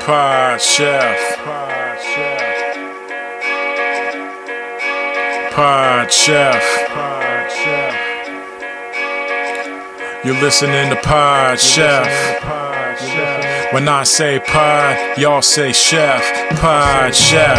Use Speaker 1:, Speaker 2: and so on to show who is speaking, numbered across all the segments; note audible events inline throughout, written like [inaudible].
Speaker 1: Pod Chef. Pod Chef. You're listening to Pod Chef. When I say pod, y'all say chef. Pod Chef.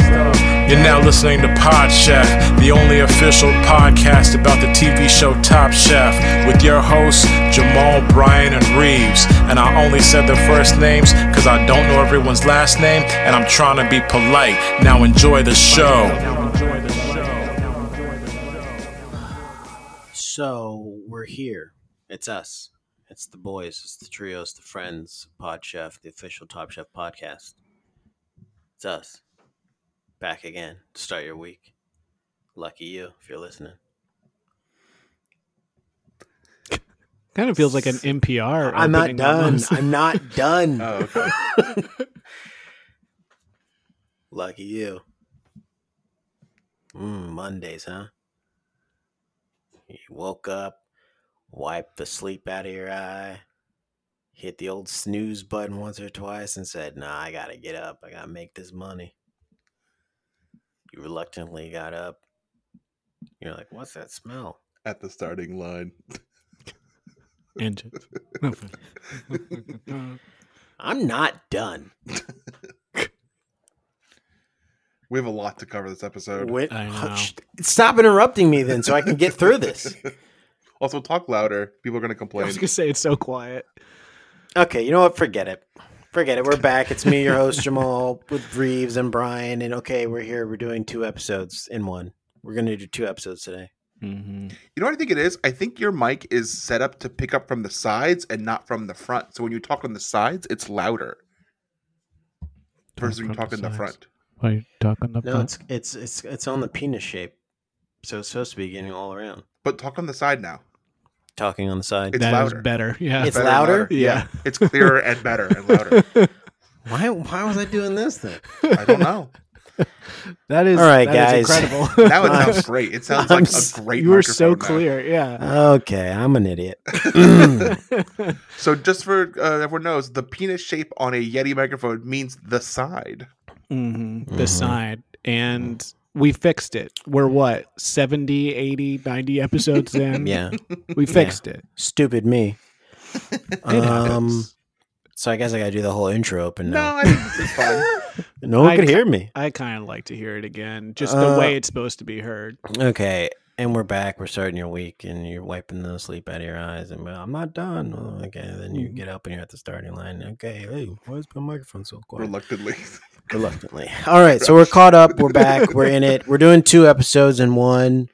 Speaker 1: You're now listening to Pod Chef, the only official podcast about the TV show Top Chef, with your hosts, Jamal, Bryan, and Reeves. And I only said their first names because I don't know everyone's last name, and I'm trying to be polite. Now enjoy the show.
Speaker 2: So we're here. It's us. It's the boys. It's the trios. The friends. Pod Chef, the official Top Chef podcast. It's us. Back again to start your week. Lucky you if you're listening.
Speaker 3: Kind of feels like an NPR.
Speaker 4: I'm not
Speaker 3: opening
Speaker 4: done.
Speaker 3: almost.
Speaker 4: I'm not done.
Speaker 2: [laughs] Lucky you. Mm, Mondays, huh? You woke up, wiped the sleep out of your eye, hit the old snooze button once or twice, and said, Nah, I gotta get up. I gotta make this money. You reluctantly got up. You're like, What's that smell?
Speaker 5: at the starting line.
Speaker 3: Engine. [laughs] No.
Speaker 2: I'm not done.
Speaker 5: We have a lot to cover this episode.
Speaker 2: Wait-
Speaker 3: I know.
Speaker 2: sh- Stop interrupting me then so I can get through
Speaker 3: [laughs]
Speaker 2: this.
Speaker 5: also, talk louder. People are going to
Speaker 3: I
Speaker 5: complain.
Speaker 3: was gonna say it's so quiet.
Speaker 2: Okay, you know what? Forget it. Forget it. We're back. It's me, your host Jamal, with Reeves and Brian. And okay, we're here. We're doing two episodes in one. We're gonna do two episodes today.
Speaker 5: You know what I think it is? I think your mic is set up to pick up from the sides and not from the front. So when you talk on the sides, it's louder versus when you
Speaker 3: from
Speaker 5: talk
Speaker 3: the
Speaker 5: in the
Speaker 3: sides.
Speaker 5: front.
Speaker 3: Why are you talking
Speaker 2: No, it's it's it's it's on the penis shape, so it's supposed to be getting all around.
Speaker 5: But talk on the side now.
Speaker 2: Talking on the side.
Speaker 5: It's
Speaker 3: that is
Speaker 5: louder.
Speaker 3: better. Yeah.
Speaker 2: It's
Speaker 5: Better and
Speaker 2: louder?
Speaker 3: Yeah.
Speaker 5: It's clearer and better and louder.
Speaker 2: Why why was I doing this then?
Speaker 5: I don't know.
Speaker 3: that is
Speaker 2: All right,
Speaker 3: that is
Speaker 2: guys.
Speaker 5: [laughs]
Speaker 3: incredible.
Speaker 5: Now it sounds
Speaker 3: [laughs]
Speaker 5: great. It sounds
Speaker 2: I'm
Speaker 5: like
Speaker 2: s-
Speaker 5: a great
Speaker 3: you were so
Speaker 5: microphone now.
Speaker 3: clear. Yeah.
Speaker 2: Okay, I'm an idiot.
Speaker 3: [laughs]
Speaker 2: [clears throat]
Speaker 5: So just for uh, everyone knows, the penis shape on a Yeti microphone means the side.
Speaker 3: hmm The side and. We fixed it. We're what, 70, 80, 90 episodes
Speaker 2: [laughs]
Speaker 3: in?
Speaker 2: Yeah,
Speaker 3: We fixed it.
Speaker 2: stupid me.
Speaker 3: It
Speaker 2: Um,
Speaker 3: happens.
Speaker 2: so I guess I gotta do the whole intro open
Speaker 5: [laughs] No,
Speaker 2: now.
Speaker 5: I think this is
Speaker 3: [laughs]
Speaker 5: fun.
Speaker 2: No, one
Speaker 3: I
Speaker 2: could
Speaker 3: ca-
Speaker 2: hear me.
Speaker 3: I kind of like to hear it again, just
Speaker 2: Uh,
Speaker 3: the way it's supposed to be heard.
Speaker 2: Okay, and we're back. We're starting your week, and you're wiping the sleep out of your eyes. And well, I'm not done. Well, Okay, then you
Speaker 3: Mhm.
Speaker 2: get up and you're at the starting line. Okay, hey, why is my microphone so quiet?
Speaker 5: Reluctantly.
Speaker 2: Reluctantly. All right, so we're caught up. We're back. We're in it. We're doing two episodes in one.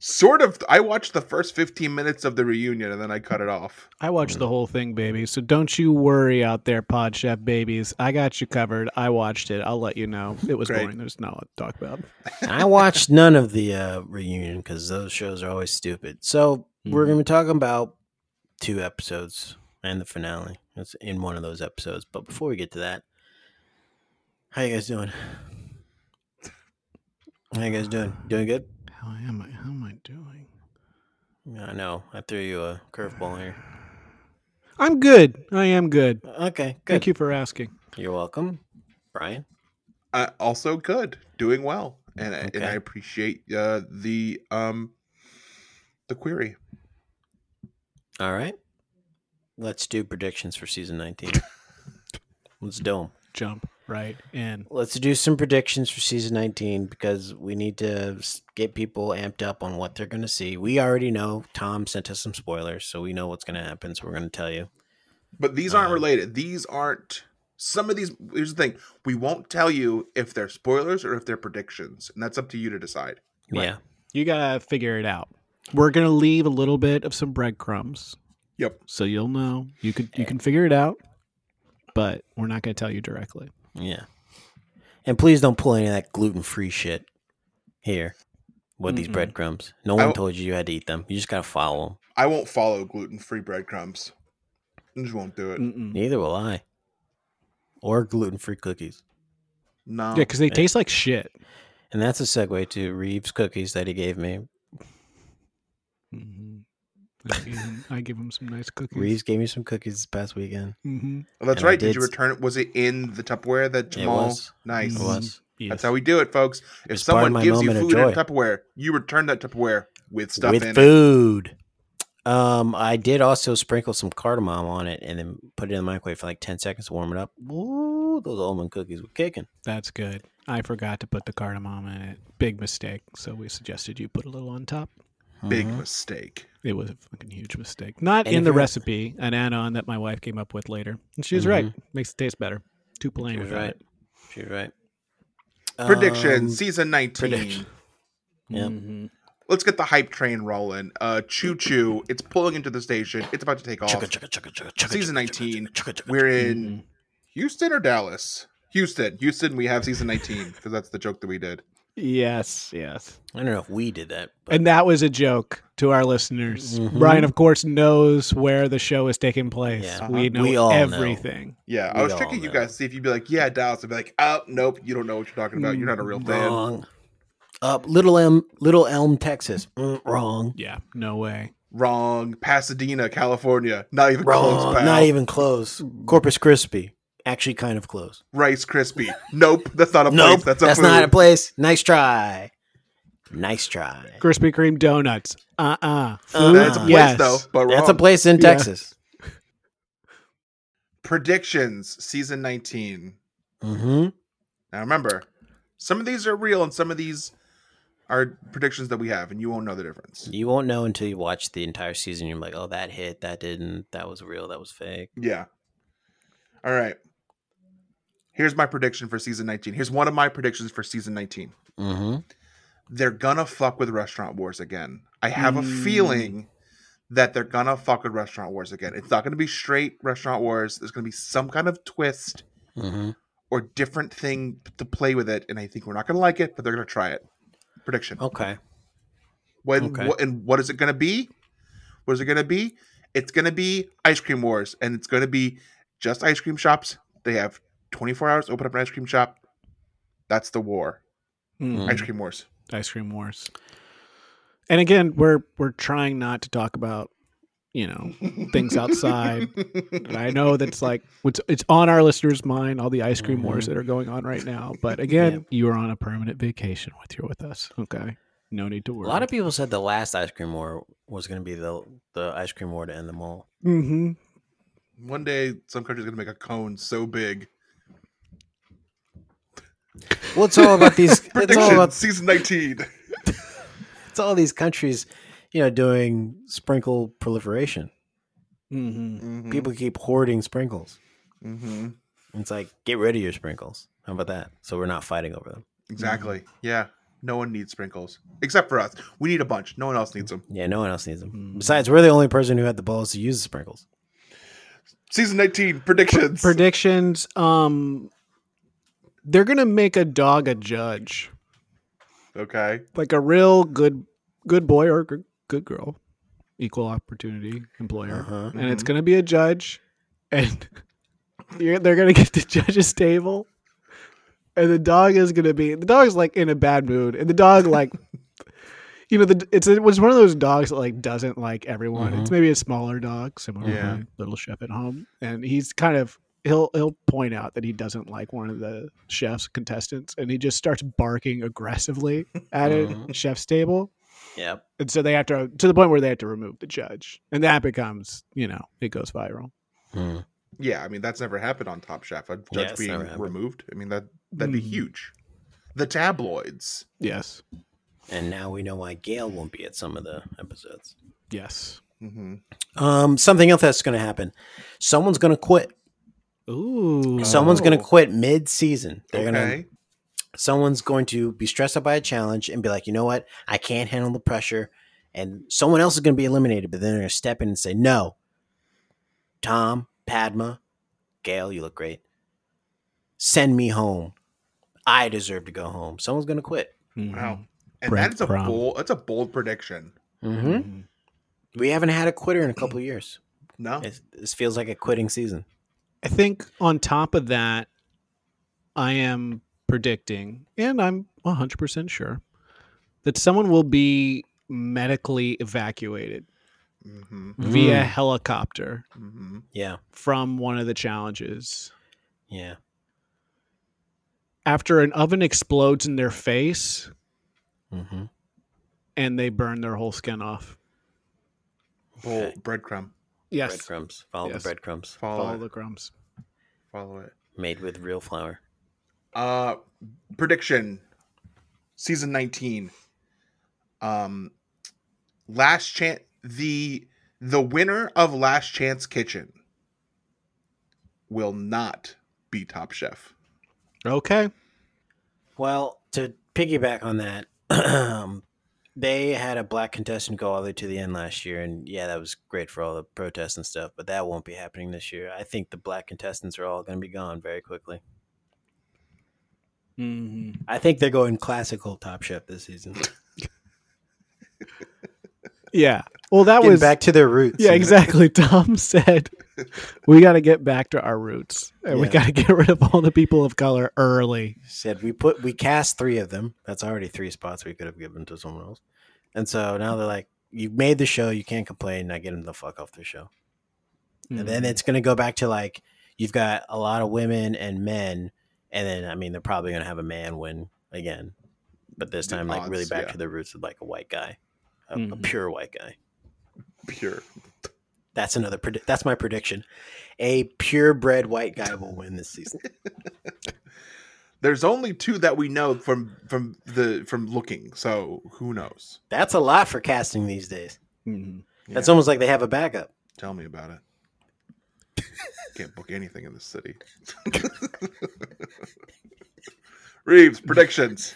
Speaker 5: sort of i watched the first 15 minutes of the reunion and then i cut it off
Speaker 3: I watched the whole thing, baby. So don't you worry out there, Pod Chef babies. I got you covered. I watched it. I'll let you [laughs] know. It was
Speaker 5: Great.
Speaker 3: boring. There's not a lot to talk about.
Speaker 2: I watched none of the uh, reunion because those shows are always stupid. So we're
Speaker 3: Mhm.
Speaker 2: going to be talking about two episodes and the finale. It's in one of those episodes. But before we get to that, how you guys doing? How you guys doing? Doing good?
Speaker 3: How am I? How am I doing?
Speaker 2: I know. I threw you a curveball here.
Speaker 3: I'm good. I am good.
Speaker 2: Okay, good.
Speaker 3: Thank you for asking.
Speaker 2: You're welcome, Brian.
Speaker 5: uh, also good doing well and, I and i
Speaker 2: Okay.
Speaker 5: appreciate uh, the um the query
Speaker 2: All right. Let's do predictions for season
Speaker 3: [laughs]
Speaker 2: 19. Let's do them.
Speaker 3: Jump right in.
Speaker 2: Let's do some predictions for season 19 because we need to s- get people amped up on what they're going to see. We already know Tom sent us some spoilers, so we know what's going to happen. So we're going to tell you.
Speaker 5: but these aren't
Speaker 2: Um,
Speaker 5: related these aren't some of these here's the thing we won't tell you if they're spoilers or if they're predictions and that's up to you to decide Right.
Speaker 2: Yeah.
Speaker 3: You gotta figure it out. We're gonna leave a little bit of some breadcrumbs,
Speaker 5: yep
Speaker 3: so you'll know. You could you can figure it out, but we're not gonna tell you directly.
Speaker 2: Yeah. And please don't pull any of that gluten free shit here. with these
Speaker 3: Mm-mm.
Speaker 2: breadcrumbs. No
Speaker 5: I
Speaker 2: one
Speaker 5: w-
Speaker 2: told you you had to eat them. You just gotta follow them.
Speaker 5: I won't follow gluten free breadcrumbs. I just won't do it.
Speaker 2: Mm.
Speaker 3: Mm-mm.
Speaker 2: Neither will I. Or gluten free cookies.
Speaker 5: No.
Speaker 3: Yeah, because they taste like shit.
Speaker 2: And that's a segue to Reeves cookies that he gave me.
Speaker 3: Mhm. I, give him, I give him some nice cookies.
Speaker 2: Reeves gave me some cookies this past weekend.
Speaker 3: hmm
Speaker 5: Oh, that's
Speaker 2: and I
Speaker 5: right. Did,
Speaker 2: did
Speaker 5: you
Speaker 2: s-
Speaker 5: return it? Was it in the Tupperware that
Speaker 2: It
Speaker 5: Jamal?
Speaker 2: was.
Speaker 5: Nice.
Speaker 2: It was.
Speaker 5: That's how we do it, folks. If
Speaker 2: was part of
Speaker 5: someone
Speaker 2: my
Speaker 5: gives you
Speaker 2: moment of
Speaker 5: food
Speaker 2: joy.
Speaker 5: in Tupperware, you return that Tupperware with stuff
Speaker 2: with
Speaker 5: in it.
Speaker 2: food. Um, I did also sprinkle some cardamom on it and then put it in the microwave for like ten seconds to warm it up. Ooh, those almond cookies were kicking.
Speaker 3: That's good. I forgot to put the cardamom in it. Big mistake. So we suggested you put a little on top.
Speaker 5: Big
Speaker 2: Mhm.
Speaker 5: mistake.
Speaker 3: It was a fucking huge mistake. Not
Speaker 2: And
Speaker 3: in
Speaker 2: if
Speaker 3: the
Speaker 2: you're-
Speaker 3: recipe, an add-on that my wife came up with later, and she was right. Makes it taste better. Too
Speaker 2: Mm-hmm.
Speaker 3: plain
Speaker 2: She was
Speaker 3: without
Speaker 2: right.
Speaker 3: it.
Speaker 2: She was right.
Speaker 5: Prediction
Speaker 2: Um,
Speaker 5: season nineteen.
Speaker 2: prediction. Yep.
Speaker 5: Mm-hmm.
Speaker 3: Mhm.
Speaker 5: Let's get the hype train rolling. Uh, choo choo! It's pulling into the station. It's about to take off.
Speaker 2: chugga, chugga, chugga, chugga, chugga,
Speaker 5: Season
Speaker 2: chugga,
Speaker 5: 19.
Speaker 2: chugga, chugga, chugga,
Speaker 5: We're in Houston or Dallas? Houston, Houston. We have season nineteen because that's the joke that we did.
Speaker 3: Yes, yes.
Speaker 2: chugga. I don't know if we did that, but
Speaker 3: And that was a joke to our listeners.
Speaker 2: Mhm.
Speaker 3: Brian, of course, knows where the show is taking place.
Speaker 2: Yeah. Uh-huh.
Speaker 3: We know
Speaker 2: We all know.
Speaker 3: everything.
Speaker 5: Yeah, I
Speaker 2: We
Speaker 5: was
Speaker 2: all
Speaker 5: checking you
Speaker 2: know.
Speaker 5: guys to see if you'd be like, "Yeah, Dallas." I'd be like, "Oh, nope, you don't know what you're talking about. You're not a real fan."
Speaker 2: Mm, wrong. Uh, Little Elm, Little Elm, Texas. Mm, wrong.
Speaker 3: Yeah, no way.
Speaker 5: Wrong. Pasadena, California. Not even close.
Speaker 2: Wrong.
Speaker 5: Pal.
Speaker 2: Not even close. Corpus Christi. Actually, kind of close.
Speaker 5: Rice Krispie. Nope, that's not a
Speaker 2: Nope,
Speaker 5: place. That's
Speaker 2: that's,
Speaker 5: a food.
Speaker 2: not a place. Nice try. Nice try.
Speaker 3: Krispy Kreme donuts. Uh uh
Speaker 2: Uh-huh.
Speaker 5: That's a place
Speaker 3: Yes.
Speaker 5: though. But
Speaker 2: That's a
Speaker 5: wrong.
Speaker 2: place in
Speaker 3: Yeah.
Speaker 2: Texas.
Speaker 5: Predictions season 19.
Speaker 2: Mm-hmm.
Speaker 5: Now remember, some of these are real and some of these are predictions that we have, and you won't know the difference.
Speaker 2: You won't know until you watch the entire season. You're like, oh, that hit, that didn't, that was real, that was fake.
Speaker 5: Yeah. All right. Here's my prediction for season 19. Here's one of my predictions for season 19.
Speaker 2: Mm-hmm.
Speaker 5: They're gonna fuck with Restaurant Wars again. I have a
Speaker 3: Mm.
Speaker 5: feeling that they're gonna fuck with Restaurant Wars again. It's not gonna be straight Restaurant Wars. There's gonna be some kind of twist
Speaker 2: Mm-hmm.
Speaker 5: or different thing to play with it, and I think we're not going to like it, but they're going to try it. Prediction.
Speaker 2: Okay.
Speaker 5: When
Speaker 2: Oh, okay.
Speaker 5: what- and what is it going to be? What is it going to be? It's going to be ice cream wars, and it's going to be just ice cream shops. They have 24 hours. Open up an ice cream shop. That's the war.
Speaker 3: Mm.
Speaker 5: Ice cream wars.
Speaker 3: ice cream wars. And again, we're we're trying not to talk about, you know, things outside. and I know that's like it's it's on our listeners' mind, all the ice cream wars
Speaker 2: Mhm.
Speaker 3: that are going on right now. But again,
Speaker 2: Yep.
Speaker 3: you are on a permanent vacation with you're with us. Okay. No need to
Speaker 2: A
Speaker 3: worry.
Speaker 2: lot of people said the last ice cream war was going to be the the ice cream war to end them all.
Speaker 3: mm-hmm.
Speaker 5: One day, some country's going to make a cone so big.
Speaker 2: Well, it's all [laughs] about these. it's all
Speaker 5: Prediction
Speaker 2: about [laughs]
Speaker 5: season 19.
Speaker 2: it's all these countries, you know, doing sprinkle proliferation.
Speaker 3: Mm-hmm.
Speaker 2: People keep hoarding sprinkles.
Speaker 5: hmm
Speaker 2: It's like get rid of your sprinkles. How about that? So we're not fighting over them.
Speaker 5: Exactly. Yeah. No one needs sprinkles except for us. We need a bunch. No one else needs them.
Speaker 2: Yeah, no one else needs them.
Speaker 3: Mm.
Speaker 2: Besides, we're the only person who had the balls to use the sprinkles.
Speaker 5: Season 19 predictions.
Speaker 3: Predictions. Um they're gonna make a dog a judge.
Speaker 5: okay.
Speaker 3: Like a real good good boy or good, good girl. Equal opportunity employer.
Speaker 2: Uh-huh.
Speaker 3: and it's going to be a judge, and [laughs] you're, they're going to get to [laughs] judge's table, and the dog is going to be the dog's like in a bad mood, and the dog like, you know, the it's it was one of those dogs that like doesn't like everyone. It's maybe a smaller dog, similar
Speaker 5: Yeah.
Speaker 3: to my little chef at home, and he's kind of. He'll he'll point out that he doesn't like one of the chef's contestants, and he just starts barking aggressively at a
Speaker 2: Mhm.
Speaker 3: chef's table,
Speaker 2: Yep.
Speaker 3: and so they have to to the point where they have to remove the judge, and that becomes you know it goes viral.
Speaker 2: Mm.
Speaker 5: Yeah, I mean that's never happened on Top Chef. A judge
Speaker 2: Yeah, it's never
Speaker 5: being
Speaker 2: happened.
Speaker 5: removed. I mean that that'd be
Speaker 3: Mhm.
Speaker 5: huge. The tabloids.
Speaker 3: Yes,
Speaker 2: And now we know why Gail won't be at some of the episodes.
Speaker 3: yes.
Speaker 5: Mm-hmm.
Speaker 2: Um, something else that's going to happen. Someone's going to quit.
Speaker 3: Ooh,
Speaker 2: Someone's going
Speaker 5: Oh.
Speaker 2: to quit mid-season. They're going to
Speaker 5: Okay.
Speaker 2: someone's going to be stressed out by a challenge and be like, you know what, I can't handle the pressure, and someone else is going to be eliminated. But then they're going to step in and say, no, Tom, Padma, Gail, you look great.
Speaker 3: Mm-hmm.
Speaker 2: Send me home. I deserve to go home. Someone's going to quit.
Speaker 5: Wow. and
Speaker 4: Bread
Speaker 5: that's a
Speaker 4: crumb.
Speaker 5: bold that's a bold prediction.
Speaker 2: Mm-hmm. We haven't had a quitter in a couple of years.
Speaker 5: No,
Speaker 2: It's, this feels like a quitting season.
Speaker 3: I think on top of that, I am predicting, and I'm 100% sure, that someone will be medically evacuated
Speaker 5: mm-hmm.
Speaker 2: Hmm.
Speaker 3: via helicopter
Speaker 5: Mm-hmm.
Speaker 2: Yeah,
Speaker 3: from one of the challenges.
Speaker 2: yeah.
Speaker 3: After an oven explodes in their face
Speaker 2: Mm-hmm.
Speaker 3: and they burn their whole skin off.
Speaker 5: bold
Speaker 2: Okay.
Speaker 5: breadcrumb.
Speaker 3: Yes.
Speaker 2: Breadcrumbs. Follow
Speaker 3: Yes.
Speaker 2: the breadcrumbs.
Speaker 5: Follow,
Speaker 3: Follow
Speaker 5: it.
Speaker 3: the crumbs.
Speaker 5: Follow it.
Speaker 2: Made with real flour.
Speaker 5: Uh, prediction. Season nineteen. Um, last chance. The the winner of Last Chance Kitchen will not be Top Chef.
Speaker 3: Okay.
Speaker 2: Well, to piggyback on that, [clears throat] um, they had a black contestant go all the way to the end last year, and yeah, that was great for all the protests and stuff. But that won't be happening this year. I think the black contestants are all going to be gone very quickly.
Speaker 3: Mm-hmm.
Speaker 2: I think they're going classical Top Chef this season.
Speaker 3: Yeah. Well, that
Speaker 2: Getting
Speaker 3: was.
Speaker 2: back to their roots.
Speaker 3: yeah, exactly. [laughs]
Speaker 2: [laughs]
Speaker 3: Tom said, we got to get back to our roots and we
Speaker 2: Yeah.
Speaker 3: got to get rid of all the people of color early.
Speaker 2: Said we put we cast three of them. That's already three spots we could have given to someone else. And so now they're like, you made the show, you can't complain. Now get them the fuck off the show. and
Speaker 5: Mm-hmm.
Speaker 2: then it's going to go back to like you've got a lot of women and men and then i mean they're probably going to have a man win again but this
Speaker 5: The
Speaker 2: time like really
Speaker 5: odds,
Speaker 2: back
Speaker 5: yeah. Mm-hmm.
Speaker 2: to the roots of like a white guy a, a
Speaker 3: Mhm.
Speaker 2: pure white guy
Speaker 5: Pure.
Speaker 2: that's another pred- that's my prediction a purebred white guy will win this season
Speaker 5: There's only two that we know from from the from looking. So who knows?
Speaker 2: that's a lot for casting these days
Speaker 3: Mm-hmm.
Speaker 2: that's
Speaker 5: Yeah.
Speaker 2: almost like they have a backup
Speaker 5: Tell me about it. Can't book anything in this city. [laughs] Reeves predictions.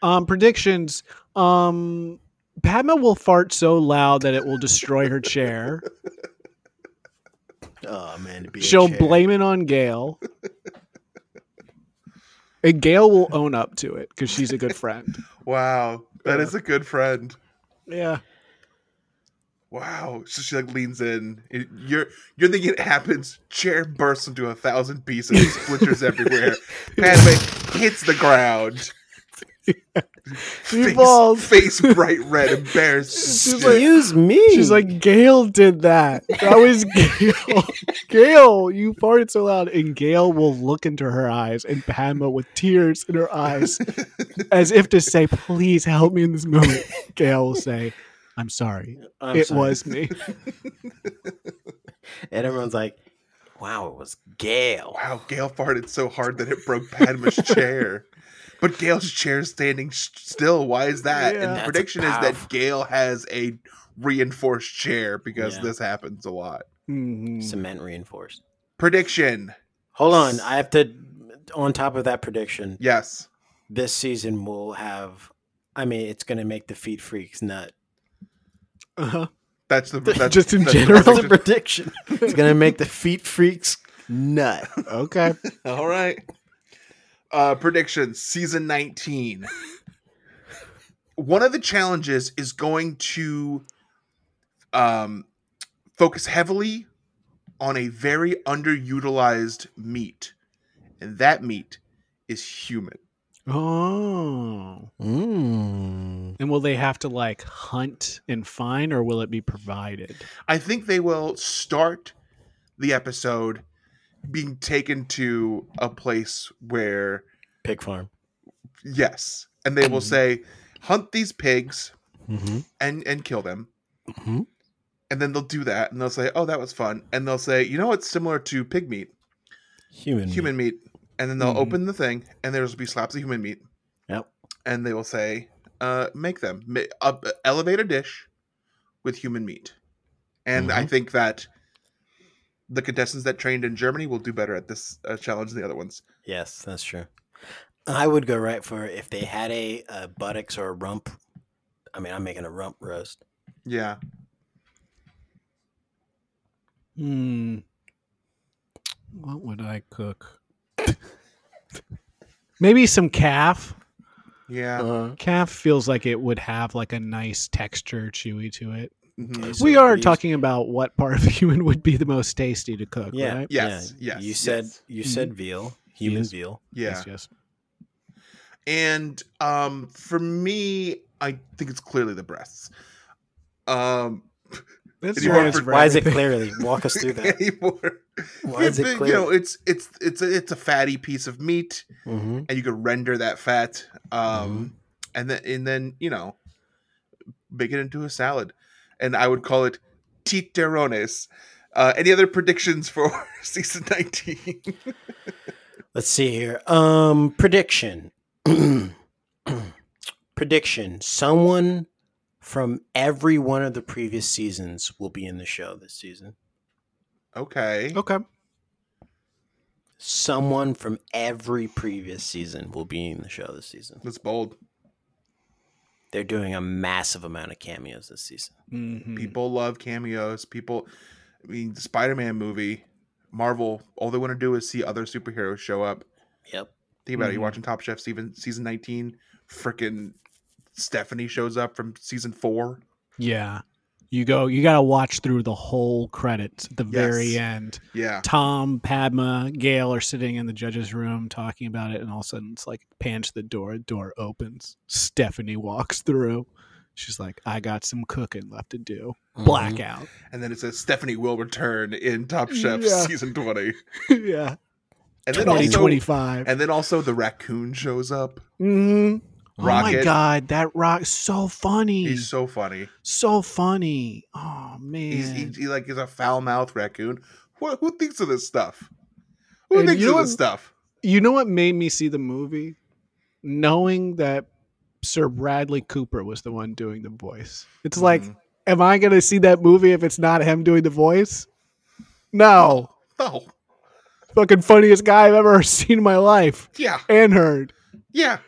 Speaker 3: Um, predictions. Um, Padma will fart so loud that it will destroy her chair.
Speaker 2: oh man to be a
Speaker 3: She'll
Speaker 2: chair.
Speaker 3: blame it on Gail. And Gail will own up to it because she's a good friend.
Speaker 5: Wow, that is a good friend.
Speaker 3: Yeah.
Speaker 5: Wow. So she like leans in. It- You're you're thinking it happens. Chair bursts into a thousand pieces, splinters everywhere.
Speaker 3: [laughs]
Speaker 5: Padme hits the ground.
Speaker 3: She
Speaker 5: Face,
Speaker 3: falls.
Speaker 5: face bright red, embarrassed.
Speaker 3: She's
Speaker 5: Shit.
Speaker 2: excuse me
Speaker 3: She's like, Gail did that. That was Gail. [laughs] Gail, you farted so loud. And Gail will look into her eyes and Padma with tears in her
Speaker 2: [laughs]
Speaker 3: eyes as if to say, please help me in this moment. Gail will say, I'm sorry.
Speaker 2: I'm
Speaker 3: it
Speaker 2: sorry.
Speaker 3: was
Speaker 2: [laughs]
Speaker 3: me.
Speaker 2: and everyone's like wow it was gail
Speaker 5: Wow, Gail farted so hard that it broke Padma's chair. But Gail's chair is standing s- still. Why is that?
Speaker 3: Yeah.
Speaker 5: and the
Speaker 2: That's
Speaker 5: prediction is
Speaker 2: powerful.
Speaker 5: that Gail has a reinforced chair because
Speaker 2: Yeah.
Speaker 5: this happens a lot.
Speaker 3: Mhm.
Speaker 2: cement reinforced
Speaker 5: Prediction.
Speaker 2: Hold on, I have to. On top of that prediction,
Speaker 5: Yes.
Speaker 2: this season will have. I mean, it's going to make the feet freaks
Speaker 3: [laughs]
Speaker 2: nut.
Speaker 3: Uh-huh.
Speaker 5: That's the that's,
Speaker 3: Just in
Speaker 5: that's the
Speaker 3: general?
Speaker 2: That's a
Speaker 3: [laughs]
Speaker 5: prediction.
Speaker 2: prediction. It's going to make the feet freaks nut. [laughs]
Speaker 3: Okay.
Speaker 5: All right. Uh prediction season 19. One of the challenges is going to um focus heavily on a very underutilized meat. And that meat is human.
Speaker 3: Oh.
Speaker 2: Mm.
Speaker 3: And will they have to like hunt and find or will it be provided?
Speaker 5: I think they will start the episode being taken to a place where
Speaker 2: Pig farm.
Speaker 5: yes, and they will say hunt these pigs
Speaker 2: Mm-hmm.
Speaker 5: and and kill them.
Speaker 2: Mhm.
Speaker 5: And then they'll do that, and they'll say, "Oh, that was fun." And they'll say, "You know, it's similar to pig meat,
Speaker 2: Human.
Speaker 5: human meat." And then they'll
Speaker 3: Mhm.
Speaker 5: open the thing, and there'll be slabs of human meat.
Speaker 2: Yep.
Speaker 5: And they will say, uh, "Make them Ma- up, elevate a dish with human meat." And I think that the contestants that trained in Germany will do better at this uh, challenge than the other ones.
Speaker 2: Yes, that's true. I would go right for if they had a, a buttocks or a rump. I mean, I'm making a rump roast.
Speaker 5: Yeah,
Speaker 3: Hmm. [laughs] What would I cook? Maybe some calf.
Speaker 5: Yeah.
Speaker 2: Uh-huh.
Speaker 3: Calf feels like it would have like a nice texture, chewy to it.
Speaker 5: Mhm.
Speaker 2: So
Speaker 3: we are
Speaker 2: these-
Speaker 3: talking about what part of [laughs] human would be the most tasty to cook,
Speaker 2: Yeah.
Speaker 3: right?
Speaker 5: Yes,
Speaker 2: yeah.
Speaker 5: yes,
Speaker 2: You said
Speaker 5: yes.
Speaker 2: you said veal, human
Speaker 3: Yes.
Speaker 2: veal.
Speaker 5: Yeah.
Speaker 3: Yes, yes.
Speaker 5: And um for me, I think it's clearly the breasts. Um
Speaker 3: That's
Speaker 5: Anymore
Speaker 3: your answer
Speaker 5: for-
Speaker 3: for [laughs]
Speaker 5: Right.
Speaker 2: Why is it
Speaker 3: everything.
Speaker 2: clearly? Walk us through that.
Speaker 5: [laughs] anymore.
Speaker 2: Why is
Speaker 5: Yeah,
Speaker 2: it
Speaker 5: but, You know,
Speaker 2: clear?
Speaker 5: it's it's it's a, it's a fatty piece of meat,
Speaker 2: Mm-hmm.
Speaker 5: and you can render that fat, um, and then and then you know, make it into a salad, and I would call it titerones. Uh, any other predictions for [laughs] season nineteen?
Speaker 2: Let's see here. Um, prediction. [clears throat] prediction. Someone from every one of the previous seasons will be in the show this season.
Speaker 5: okay,
Speaker 3: Okay.
Speaker 2: Someone from every previous season will be in the show this season.
Speaker 5: that's bold.
Speaker 2: They're doing a massive amount of cameos this season. Hmm.
Speaker 3: Mhm.
Speaker 5: People love cameos. People, I mean, the Spider-Man movie, Marvel. All they want to do is see other superheroes show up.
Speaker 2: Yep.
Speaker 5: Think about it.
Speaker 3: Mhm.
Speaker 5: You're watching Top Chef season season nineteen. Frickin' Stephanie shows up from season four.
Speaker 3: Yeah. You go. You gotta watch through the whole credits at the very
Speaker 5: Yes.
Speaker 3: end.
Speaker 5: Yeah,
Speaker 3: Tom, Padma, Gail are sitting in the judges' room talking about it, and all of a sudden it's like pans to the door. Door opens. Stephanie walks through. She's like, "I got some cooking left to do."
Speaker 5: Mm-hmm. [laughs]
Speaker 3: Blackout.
Speaker 5: and then it says Stephanie will return in Top Chef
Speaker 3: Yeah.
Speaker 5: season twenty,
Speaker 3: yeah.
Speaker 5: and then
Speaker 3: Twenty
Speaker 5: also,
Speaker 3: twenty five.
Speaker 5: and then also the raccoon shows up.
Speaker 3: Mm-hmm. Oh my
Speaker 5: Rocket.
Speaker 3: god, that rock so funny.
Speaker 5: He's so funny.
Speaker 3: so funny. Oh man.
Speaker 5: He's he, he like is a foul mouthed raccoon. Who, who thinks of this stuff? Who
Speaker 3: And
Speaker 5: thinks
Speaker 3: you
Speaker 5: of
Speaker 3: know
Speaker 5: this
Speaker 3: what-
Speaker 5: stuff?
Speaker 3: you know what made me see the movie? Knowing that Sir Bradley Cooper was the one doing the voice. It's like,
Speaker 5: Mhm.
Speaker 3: am I going to see that movie if it's not him doing the voice? No.
Speaker 5: Oh
Speaker 3: Fucking funniest guy I've ever [laughs] seen in my life
Speaker 5: yeah,
Speaker 3: and heard.
Speaker 5: yeah.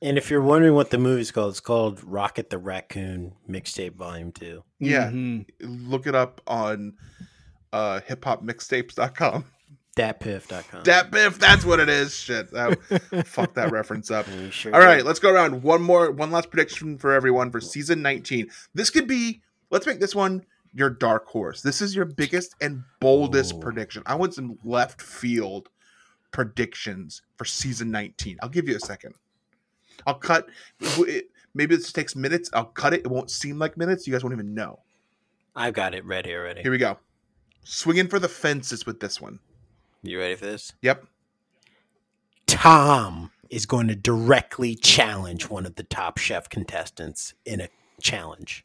Speaker 2: And if you're wondering what the movie's called, it's called Rocket the Raccoon Mixtape Volume 2.
Speaker 5: Yeah.
Speaker 3: Mhm.
Speaker 5: [laughs] Look it up on uh, hiphopmixtapes.com.
Speaker 2: Datpiff.com.
Speaker 5: That biff, that's what it is. Shit, that, fuck that reference up.
Speaker 2: Are you sure
Speaker 5: All right,
Speaker 2: did?
Speaker 5: let's go around one more, one last prediction for everyone for season 19. This could be, let's make this one your dark horse. This is your biggest and boldest
Speaker 2: Ooh.
Speaker 5: prediction. I want some left field predictions for season 19. I'll give you a second. I'll cut. It, maybe this takes minutes. I'll cut it. It won't seem like minutes. You guys won't even know.
Speaker 2: I've got it ready already.
Speaker 5: Here we go. Swinging for the fences with this one.
Speaker 2: You ready for this?
Speaker 5: Yep.
Speaker 2: Tom is going to directly challenge one of the top chef contestants in a challenge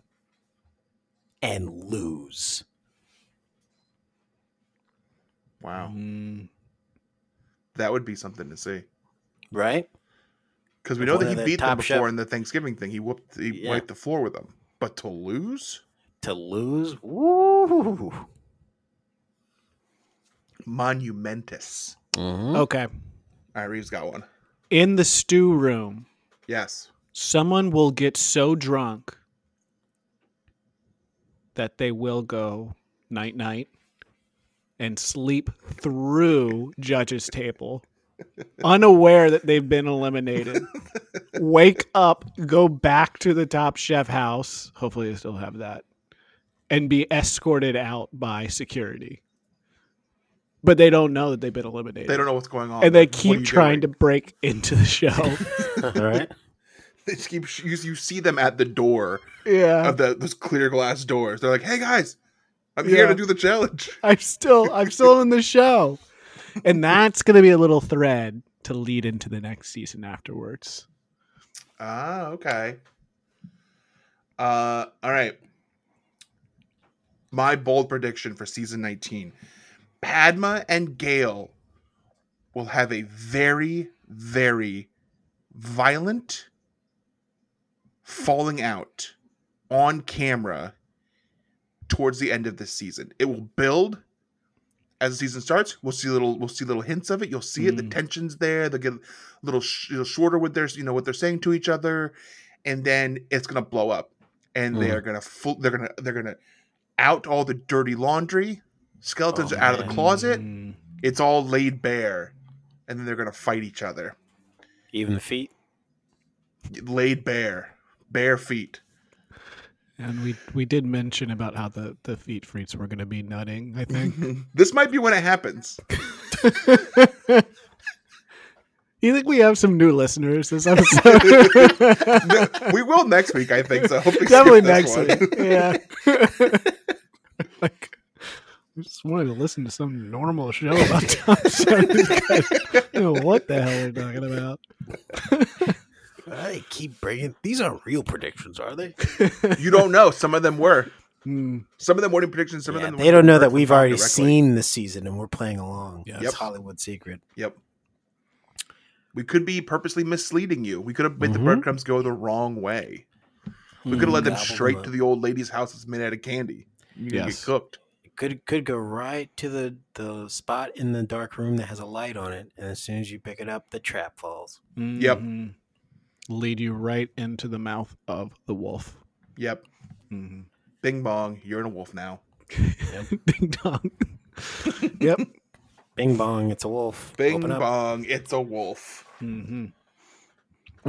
Speaker 2: and lose.
Speaker 5: Wow.
Speaker 3: Mm.
Speaker 5: That would be something to see.
Speaker 2: Right?
Speaker 5: Because we
Speaker 2: If
Speaker 5: know
Speaker 2: one
Speaker 5: that
Speaker 2: of
Speaker 5: he
Speaker 2: the
Speaker 5: beat them
Speaker 2: top
Speaker 5: before
Speaker 2: chef-
Speaker 5: in the Thanksgiving thing. He whooped, he
Speaker 2: Yeah.
Speaker 5: wiped the floor with them. But to lose,
Speaker 2: To lose? Woo!
Speaker 5: monumentous.
Speaker 3: [laughs]
Speaker 2: Mm-hmm.
Speaker 3: Okay.
Speaker 5: Irene's got one.
Speaker 3: In the stew room,
Speaker 5: Yes.
Speaker 3: someone will get so drunk that they will go night night and sleep through judge's
Speaker 5: [laughs]
Speaker 3: table unaware that they've been eliminated wake up go back to the top chef house hopefully they still have that and be escorted out by security but they don't know that they've been eliminated
Speaker 5: They don't know what's going on.
Speaker 3: and they
Speaker 5: What are
Speaker 3: keep
Speaker 5: you
Speaker 3: trying
Speaker 5: doing?
Speaker 3: to break into the
Speaker 5: [laughs]
Speaker 3: show
Speaker 2: All right.
Speaker 5: They just keep you, you see them at the door
Speaker 3: yeah
Speaker 5: of the those clear glass doors. They're like, "Hey guys, I'm here
Speaker 3: Yeah.
Speaker 5: to do the challenge."
Speaker 3: I'm still I'm still in the show. And that's gonna be a little thread to lead into the next season afterwards.
Speaker 5: Ah, okay. Uh, all right. My bold prediction for season 19 Padma and Gale will have a very, very violent falling out on camera towards the end of this season. It will build as the season starts. We'll see little we'll see little hints of it. You'll see it. The
Speaker 3: Mm.
Speaker 5: tensions there. They get a little, sh- little shorter with their you know what they're saying to each other, and then it's gonna blow up, and they
Speaker 2: Mm.
Speaker 5: are gonna full, they're gonna they're gonna out all the dirty laundry. Skeletons
Speaker 2: Oh,
Speaker 5: are out of the
Speaker 2: man.
Speaker 5: closet.
Speaker 3: Mm.
Speaker 5: It's all laid bare, and then they're gonna fight each other.
Speaker 2: Even the feet?
Speaker 5: laid bare,
Speaker 2: [laughs]
Speaker 5: bare feet.
Speaker 3: And we we did mention about how the the feet freaks were going to be nutting. I
Speaker 5: [laughs]
Speaker 3: think
Speaker 5: This might be when it happens.
Speaker 3: you think we have some new listeners this
Speaker 5: [laughs]
Speaker 3: episode.
Speaker 5: we will next week, I think. So
Speaker 2: [laughs]
Speaker 5: I hope we skip
Speaker 3: Definitely
Speaker 5: this
Speaker 3: next
Speaker 5: one.
Speaker 3: week.
Speaker 5: [laughs]
Speaker 3: Yeah. [laughs] like, I just wanted to listen to some normal show about Tom
Speaker 5: [laughs]
Speaker 3: Jones. [laughs] I don't know what the hell they're talking about.
Speaker 2: They keep bringing these aren't real predictions, are they?
Speaker 5: you don't know. Some of them were.
Speaker 3: Hmm.
Speaker 5: Some of them weren't in predictions. Some
Speaker 2: Yeah,
Speaker 5: of them.
Speaker 2: they
Speaker 5: were
Speaker 2: don't know that
Speaker 5: directly
Speaker 2: we've
Speaker 5: from
Speaker 2: already
Speaker 5: directly.
Speaker 2: seen the season and we're playing along.
Speaker 3: Yes.
Speaker 2: It's
Speaker 5: Yep.
Speaker 2: Hollywood secret.
Speaker 5: Yep. We could be purposely misleading you. We could have made
Speaker 3: Mhm.
Speaker 2: Mm-hmm.
Speaker 5: the breadcrumbs go the wrong way. We could have led them
Speaker 2: Gobble them
Speaker 5: straight
Speaker 2: up.
Speaker 5: to the old lady's house that's made out of candy. You could
Speaker 3: Hmm. Yes.
Speaker 5: get cooked.
Speaker 2: It could could go right to the the spot in the dark room that has a light on it, and as soon as you pick it up, the trap falls.
Speaker 5: Yep.
Speaker 3: Mhm. Lead you right into the mouth of the wolf.
Speaker 5: Yep.
Speaker 3: Mhm.
Speaker 5: Mm-hmm. Bing bong. You're in a wolf now.
Speaker 3: [laughs] Ding dong. yep.
Speaker 2: Bing bong, it's a wolf.
Speaker 5: Bing
Speaker 2: Open up.
Speaker 5: bong. It's a wolf. Mm-hmm.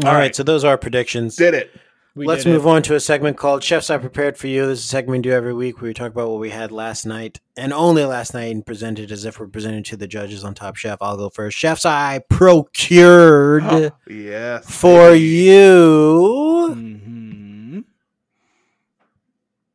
Speaker 3: hmm
Speaker 2: All right,
Speaker 1: right.
Speaker 2: so those are our predictions.
Speaker 5: Did it.
Speaker 2: Let's move on to a segment called Chefs I Prepared for You. This is a segment we do every week where we talk about what we had last night and only last night and present it as if we're presented to the judges on Top Chef. I'll go first. Chefs I procured
Speaker 5: Yes.
Speaker 2: for you
Speaker 3: hmm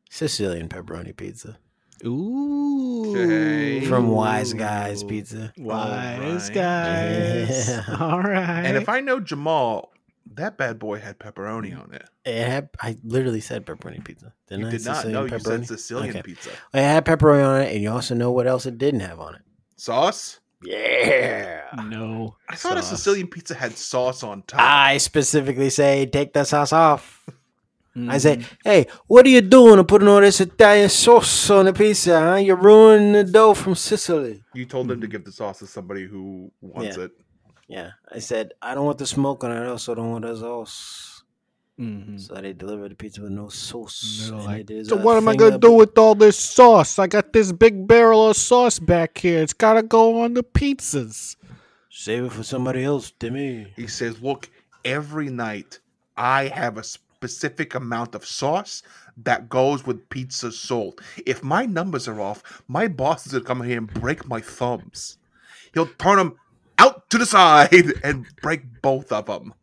Speaker 2: Sicilian pepperoni pizza
Speaker 3: Ooh.
Speaker 5: Mm-hmm. Okay.
Speaker 2: from Wise Guys Pizza.
Speaker 3: Wise
Speaker 5: Alright.
Speaker 3: guys.
Speaker 2: Yeah.
Speaker 3: [laughs] All right.
Speaker 5: And if I know Jamal, that bad boy had pepperoni on it.
Speaker 2: It had, I literally said pepperoni pizza. Didn't
Speaker 5: You
Speaker 2: I?
Speaker 5: did not
Speaker 2: Sicilian
Speaker 5: know you
Speaker 2: pepperoni.
Speaker 5: said Sicilian
Speaker 2: Okay.
Speaker 5: pizza.
Speaker 2: It had pepperoni on it, and you also know what else it didn't have on it.
Speaker 5: Sauce?
Speaker 2: Yeah.
Speaker 3: no,
Speaker 5: I thought
Speaker 3: sauce.
Speaker 5: a Sicilian pizza had sauce on top.
Speaker 3: Ah.
Speaker 2: I specifically say take the sauce off.
Speaker 5: Mm-hmm.
Speaker 2: I say,
Speaker 3: Mhm.
Speaker 2: hey, what are you doing putting all this Italian sauce on the pizza? Huh? You're ruining the dough from Sicily.
Speaker 5: You told them to give the sauce to somebody who wants
Speaker 2: Mm. Yeah.
Speaker 5: it.
Speaker 2: Yeah, I said, I don't want the smoke and I also don't want the sauce.
Speaker 5: Mm-hmm.
Speaker 3: Mhm.
Speaker 2: So they delivered the pizza with no sauce.
Speaker 3: They're
Speaker 2: and
Speaker 3: like,
Speaker 2: it is
Speaker 3: So
Speaker 2: a
Speaker 3: what am I
Speaker 2: thing
Speaker 3: gonna
Speaker 2: of-
Speaker 3: do with all this sauce? I got this big barrel of sauce back here. It's gotta go on the pizzas.
Speaker 2: Save it for somebody else, Timmy.
Speaker 5: He says, Look, every night I have a specific amount of sauce that goes with pizza sold. If my numbers are off, my boss is going to come here and break my thumbs. He'll turn them out to the side [laughs] and break both of them.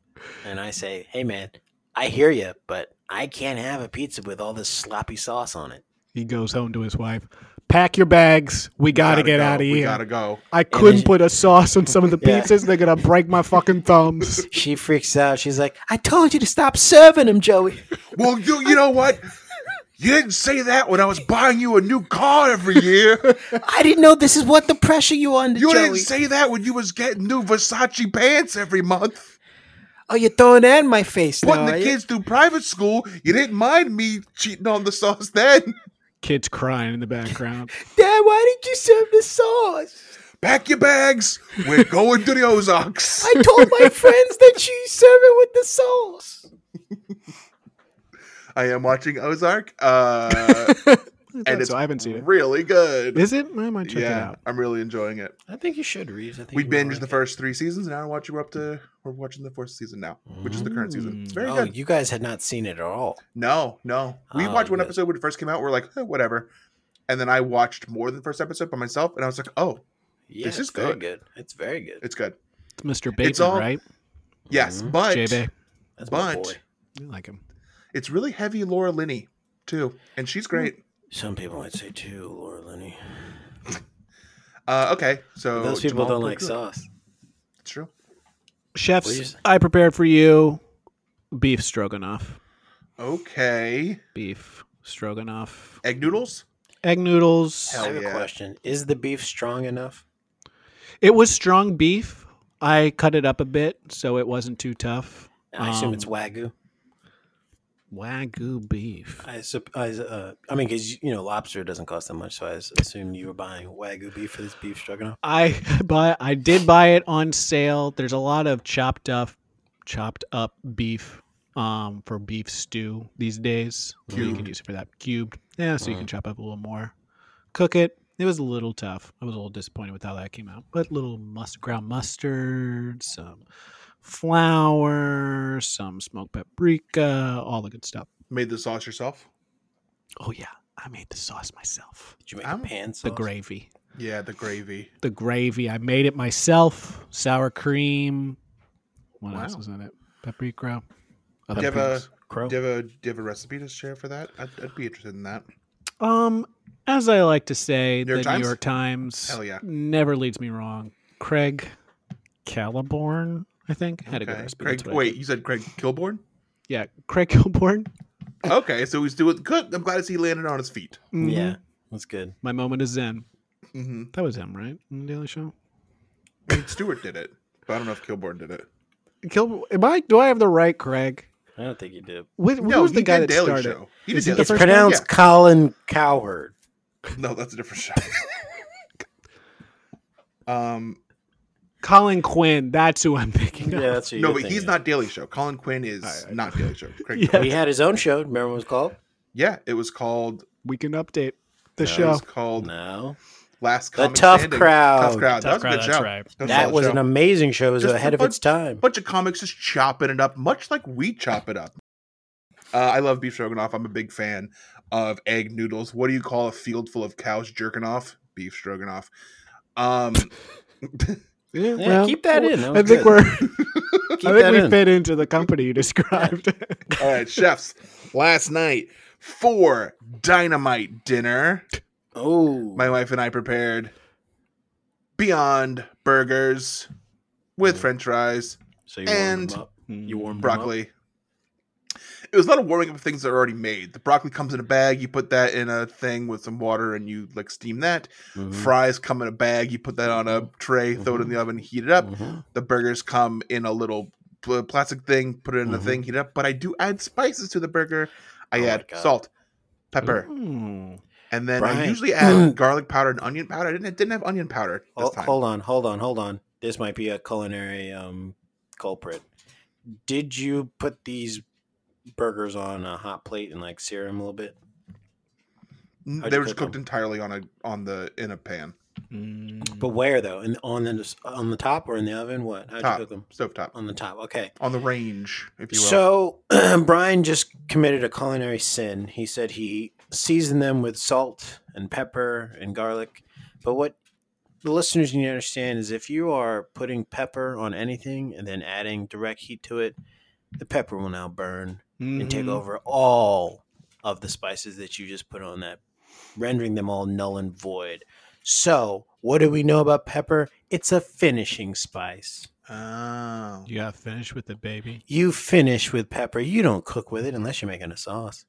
Speaker 2: And I say, hey, man, I hear you, but I can't have a pizza with all this sloppy sauce on it.
Speaker 3: He goes home to his wife. Pack your bags. We gotta, get out of
Speaker 5: We
Speaker 3: here.
Speaker 5: gotta go.
Speaker 3: I couldn't
Speaker 2: then-
Speaker 3: put a sauce on some [laughs] of the
Speaker 2: Yeah.
Speaker 3: pizzas. They're gonna break my fucking thumbs.
Speaker 2: She freaks out. She's like, I told you to stop serving him, Joey.
Speaker 5: Well, you, you know what? You didn't say that when I was buying you a new car every year.
Speaker 2: I didn't know this is what the pressure you under,
Speaker 5: You
Speaker 2: Joey.
Speaker 5: didn't say that when you was getting new Versace pants every month.
Speaker 2: Oh, you're throwing that in my face
Speaker 5: putting
Speaker 2: now,
Speaker 5: the
Speaker 2: are you?
Speaker 5: kids through private school. You didn't mind me cheating on the sauce then. [laughs]
Speaker 3: Kids crying in the background.
Speaker 2: Dad, why did you serve the sauce?
Speaker 5: Pack your bags.
Speaker 3: [laughs]
Speaker 5: We're going to the Ozarks.
Speaker 2: I told [laughs] my friends that you serve it with the sauce.
Speaker 5: I am watching Ozark,
Speaker 3: [laughs]
Speaker 5: uh, and it's
Speaker 3: so I haven't seen it.
Speaker 5: really
Speaker 3: [laughs]
Speaker 5: good.
Speaker 3: Is it? I might check it
Speaker 5: yeah,
Speaker 3: out.
Speaker 5: I'm really enjoying it.
Speaker 2: I think you should, Reeves. I think
Speaker 5: We binged the first three seasons, and now we're watching. We're up to we're watching the fourth season now, which is the current season. It's very
Speaker 3: Mm.
Speaker 2: Oh,
Speaker 5: good.
Speaker 2: you guys had not seen it at all.
Speaker 3: Oh,
Speaker 5: No, no, we
Speaker 2: Oh,
Speaker 5: watched one
Speaker 2: good.
Speaker 5: episode when it first came out. We're like, eh, whatever. And then I watched more than the first episode by myself, and I was like, oh,
Speaker 2: Yeah,
Speaker 5: This
Speaker 2: it's
Speaker 5: is
Speaker 2: very
Speaker 5: good.
Speaker 2: good. It's very good.
Speaker 5: it's good.
Speaker 3: It's Mr. Bateman,
Speaker 5: all-
Speaker 3: right?
Speaker 5: Yes,
Speaker 3: Mm-hmm.
Speaker 2: Mhm.
Speaker 5: but
Speaker 3: J Bay.
Speaker 2: That's my
Speaker 5: but-
Speaker 2: boy.
Speaker 3: You like him.
Speaker 5: It's really heavy Laura Linney too, and she's great.
Speaker 2: Some people might say too, Laura Linney.
Speaker 5: Uh, okay, so
Speaker 2: Those people
Speaker 5: Jamal
Speaker 2: don't like
Speaker 5: Puka.
Speaker 2: sauce.
Speaker 5: It's true.
Speaker 2: What do you
Speaker 3: Chefs,
Speaker 2: say?
Speaker 3: I prepared for you beef stroganoff.
Speaker 5: Okay,
Speaker 3: Beef stroganoff.
Speaker 5: egg noodles.
Speaker 3: Egg noodles.
Speaker 2: I have a
Speaker 5: yeah.
Speaker 2: question. Is the beef strong enough?
Speaker 3: It was strong beef. I cut it up a bit so it wasn't too tough.
Speaker 2: I assume it's
Speaker 3: Um,
Speaker 2: wagyu.
Speaker 3: Wagyu beef.
Speaker 2: I, sup- I, uh, I mean, because you know, lobster doesn't cost that much, so I s- assume you were buying wagyu beef for this beef stroganoff.
Speaker 3: I [laughs] buy I did buy it on sale. There's a lot of chopped up chopped up beef um for beef stew these days. So You can
Speaker 5: Cubed.
Speaker 3: use it for that cubed. Yeah, so you can chop up a little more. Cook it. It was a little tough. I was a little disappointed with how that came out. But little must ground mustard, some flour, some smoked paprika, all the good stuff.
Speaker 5: Made the sauce yourself?
Speaker 3: Oh yeah, I made the sauce myself.
Speaker 2: Did you make
Speaker 5: I'm-
Speaker 2: a pan sauce?
Speaker 3: The gravy.
Speaker 5: Yeah, the gravy.
Speaker 3: The gravy. I made it myself. Sour cream. What else
Speaker 5: Wow.
Speaker 3: was in it? Paprika.
Speaker 5: Do
Speaker 3: Other
Speaker 5: you, have a,
Speaker 3: things.
Speaker 2: Crow.
Speaker 5: do, you have a, do you have a recipe to share for that? I'd, I'd be interested in that.
Speaker 3: Um, as I like to say,
Speaker 5: New York
Speaker 3: the
Speaker 5: Times?
Speaker 3: New York Times
Speaker 5: Hell yeah.
Speaker 3: never leads me wrong. Craig Caliborn, I think, had a good
Speaker 5: Okay.
Speaker 3: recipe.
Speaker 5: Craig,
Speaker 3: That's what I
Speaker 5: wait,
Speaker 3: did.
Speaker 5: you said Craig Kilborn?
Speaker 3: yeah, Craig Caliborn.
Speaker 5: Okay, so he's doing good. I'm glad to see he landed on his feet.
Speaker 3: Mhm.
Speaker 2: Yeah, that's good.
Speaker 3: my moment is Zen.
Speaker 5: Mm-hmm.
Speaker 3: That was him, right? In the Daily Show.
Speaker 5: Stewart did it, but I don't know if Kilborn did it.
Speaker 3: Kill. Am I? Do I have the right Craig?
Speaker 2: I don't think you did.
Speaker 3: Wh-
Speaker 5: no,
Speaker 3: who was
Speaker 5: he
Speaker 3: the guy
Speaker 5: did
Speaker 3: that
Speaker 5: Daily
Speaker 3: started?
Speaker 5: Show. He did
Speaker 3: Is he
Speaker 5: Daily
Speaker 3: the
Speaker 2: It's
Speaker 5: Show.
Speaker 3: first one?
Speaker 2: pronounced Colin Cowherd.
Speaker 5: No, that's a different show. [laughs] um,
Speaker 3: Colin Quinn. That's who I'm [laughs] thinking.
Speaker 2: Yeah,
Speaker 3: of.
Speaker 2: that's what
Speaker 5: no,
Speaker 2: you're
Speaker 5: but he's
Speaker 2: thinking.
Speaker 5: not Daily Show. Colin Quinn is
Speaker 3: All right.
Speaker 2: [laughs]
Speaker 5: not Daily Show. Craig
Speaker 3: Yeah.
Speaker 5: Kilborn.
Speaker 2: He had his own show. Remember what it was called?
Speaker 5: yeah, it was called.
Speaker 3: We can update
Speaker 2: No,
Speaker 3: the
Speaker 5: It
Speaker 3: show.
Speaker 5: was called
Speaker 2: No,
Speaker 5: Last
Speaker 2: The
Speaker 5: Comic
Speaker 2: Tough
Speaker 5: Standing.
Speaker 2: Crowd.
Speaker 5: Tough Crowd.
Speaker 3: Tough
Speaker 5: that was a
Speaker 3: Crowd,
Speaker 5: good
Speaker 3: that's
Speaker 5: show.
Speaker 3: right.
Speaker 5: was a
Speaker 2: that
Speaker 5: solid
Speaker 2: was
Speaker 5: show.
Speaker 2: an amazing show. It was
Speaker 5: Just
Speaker 2: ahead
Speaker 5: a
Speaker 2: of its time.
Speaker 5: bunch of comics just chopping it up, much like we chop it up. Uh, I love beef stroganoff. I'm a big fan of egg noodles. What do you call a field full of cows jerking off? Beef stroganoff. Um,
Speaker 3: Yeah,
Speaker 2: Yeah, keep that in. That
Speaker 3: I
Speaker 2: was
Speaker 3: think
Speaker 2: good.
Speaker 3: we're.
Speaker 2: Keep
Speaker 3: I think
Speaker 2: that
Speaker 3: we
Speaker 2: in.
Speaker 3: fit into the company you described.
Speaker 5: all right, chefs. Last night for dynamite dinner,
Speaker 2: Oh,
Speaker 5: my wife and I prepared Beyond Burgers with French fries,
Speaker 2: so you warmed
Speaker 5: and-
Speaker 2: them up. [laughs] You warmed them up.
Speaker 5: broccoli. It was a lot of warming up of things that are already made. The broccoli comes in a bag. You put that in a thing with some water, and you like steam that.
Speaker 2: Mhm.
Speaker 5: Fries come in a bag. You put that on a tray, throw it in the oven, heat it up.
Speaker 2: Mhm.
Speaker 5: The burgers come in a little pl- plastic thing, put it in the
Speaker 2: Mhm.
Speaker 5: thing, heat it up. But I do add spices to the burger. I
Speaker 2: Oh my
Speaker 5: add
Speaker 2: God. Mm.
Speaker 5: salt, pepper,
Speaker 3: Hmm.
Speaker 5: and then I
Speaker 2: Brian.
Speaker 5: usually add garlic powder and onion powder. I didn't, I didn't have onion powder this
Speaker 2: Hol-
Speaker 5: time.
Speaker 2: Hold on, hold on, hold on. This might be a culinary um, culprit. Did you put these burgers on a hot plate and like sear them a little bit?
Speaker 5: Mm,
Speaker 2: How'd
Speaker 5: they
Speaker 2: you
Speaker 5: were just
Speaker 2: cook
Speaker 5: cooked entirely on a on the in a pan
Speaker 3: Mm.
Speaker 2: But where though? And on the on the top or in the oven? What? How'd
Speaker 5: Top.
Speaker 2: you cook them?
Speaker 5: stove top
Speaker 2: On the top. Okay.
Speaker 5: on the range, if you will.
Speaker 2: So [clears throat] Brian just committed a culinary sin. He said he seasoned them with salt and pepper and garlic. But what the listeners need to understand is if you are putting pepper on anything and then adding direct heat to it, the pepper will now burn and take
Speaker 5: Mm-hmm.
Speaker 3: Mhm.
Speaker 2: over all of the spices that you just put on that, rendering them all null and void. So, what do we know about pepper? It's a finishing spice.
Speaker 5: oh.
Speaker 3: You got finished with the baby.
Speaker 2: You finish with pepper. You don't cook with it unless you're making a sauce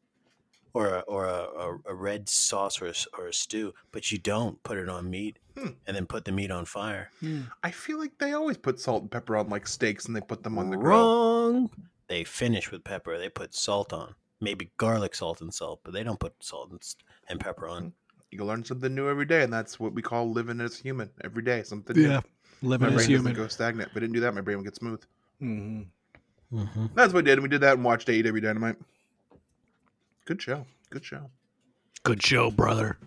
Speaker 2: or a, or a, a, a red sauce or a, s- or a stew, but you don't put it on meat
Speaker 5: Hmm.
Speaker 2: and then put the meat on fire.
Speaker 5: I feel like they always put salt and pepper on like steaks and they put them on the grill.
Speaker 2: Wrong. They finish with pepper. They put salt on. Maybe garlic, salt, and salt, but they don't put salt and, s- and pepper on.
Speaker 5: You can learn something new every day, and that's what we call living as human. Every day, something new.
Speaker 3: Yeah,
Speaker 5: My
Speaker 3: living
Speaker 5: brain
Speaker 3: as
Speaker 5: doesn't
Speaker 3: human.
Speaker 5: go stagnant. If I didn't do that, my brain would get smooth.
Speaker 3: hmm
Speaker 2: Mm-hmm.
Speaker 5: That's what we did. and We did that and watched AEW Dynamite. Good show. Good show.
Speaker 3: Good show, brother.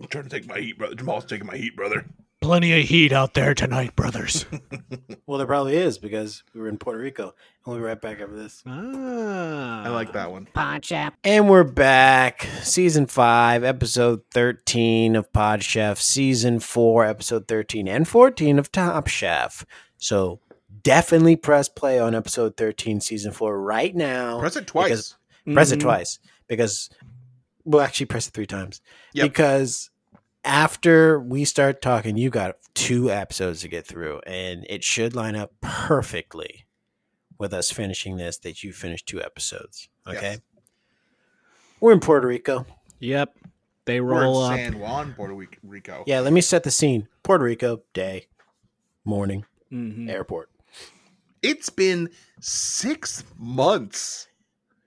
Speaker 5: I'm trying to take my heat, brother. Jamal's taking my heat, brother.
Speaker 3: Plenty of heat out there tonight, brothers.
Speaker 2: Well, there probably is because we were in Puerto Rico. And we'll be right back after this.
Speaker 3: [laughs] ah,
Speaker 5: I like that one.
Speaker 2: And we're back. Season 5, episode 13 of Pod Chef, season 4, episode 13 and 14 of Top Chef. So definitely press play on episode 13, season 4 right now.
Speaker 5: Press it twice.
Speaker 2: Because- Press it
Speaker 5: Mm-hmm.
Speaker 3: Mhm.
Speaker 2: twice because, well, actually, press it three times.
Speaker 5: Yep.
Speaker 2: Because after we start talking, you got two episodes to get through, and it should line up perfectly with us finishing this that you finished two episodes.
Speaker 5: Yes.
Speaker 2: Okay. We're in Puerto Rico.
Speaker 3: Yep, they
Speaker 5: We're
Speaker 3: roll
Speaker 5: in
Speaker 3: up.
Speaker 5: San Juan, Puerto Ric- Rico.
Speaker 2: Yeah, let me set the scene. Puerto Rico, day, morning,
Speaker 5: Mm.
Speaker 3: Mhm.
Speaker 2: airport.
Speaker 5: It's been six months.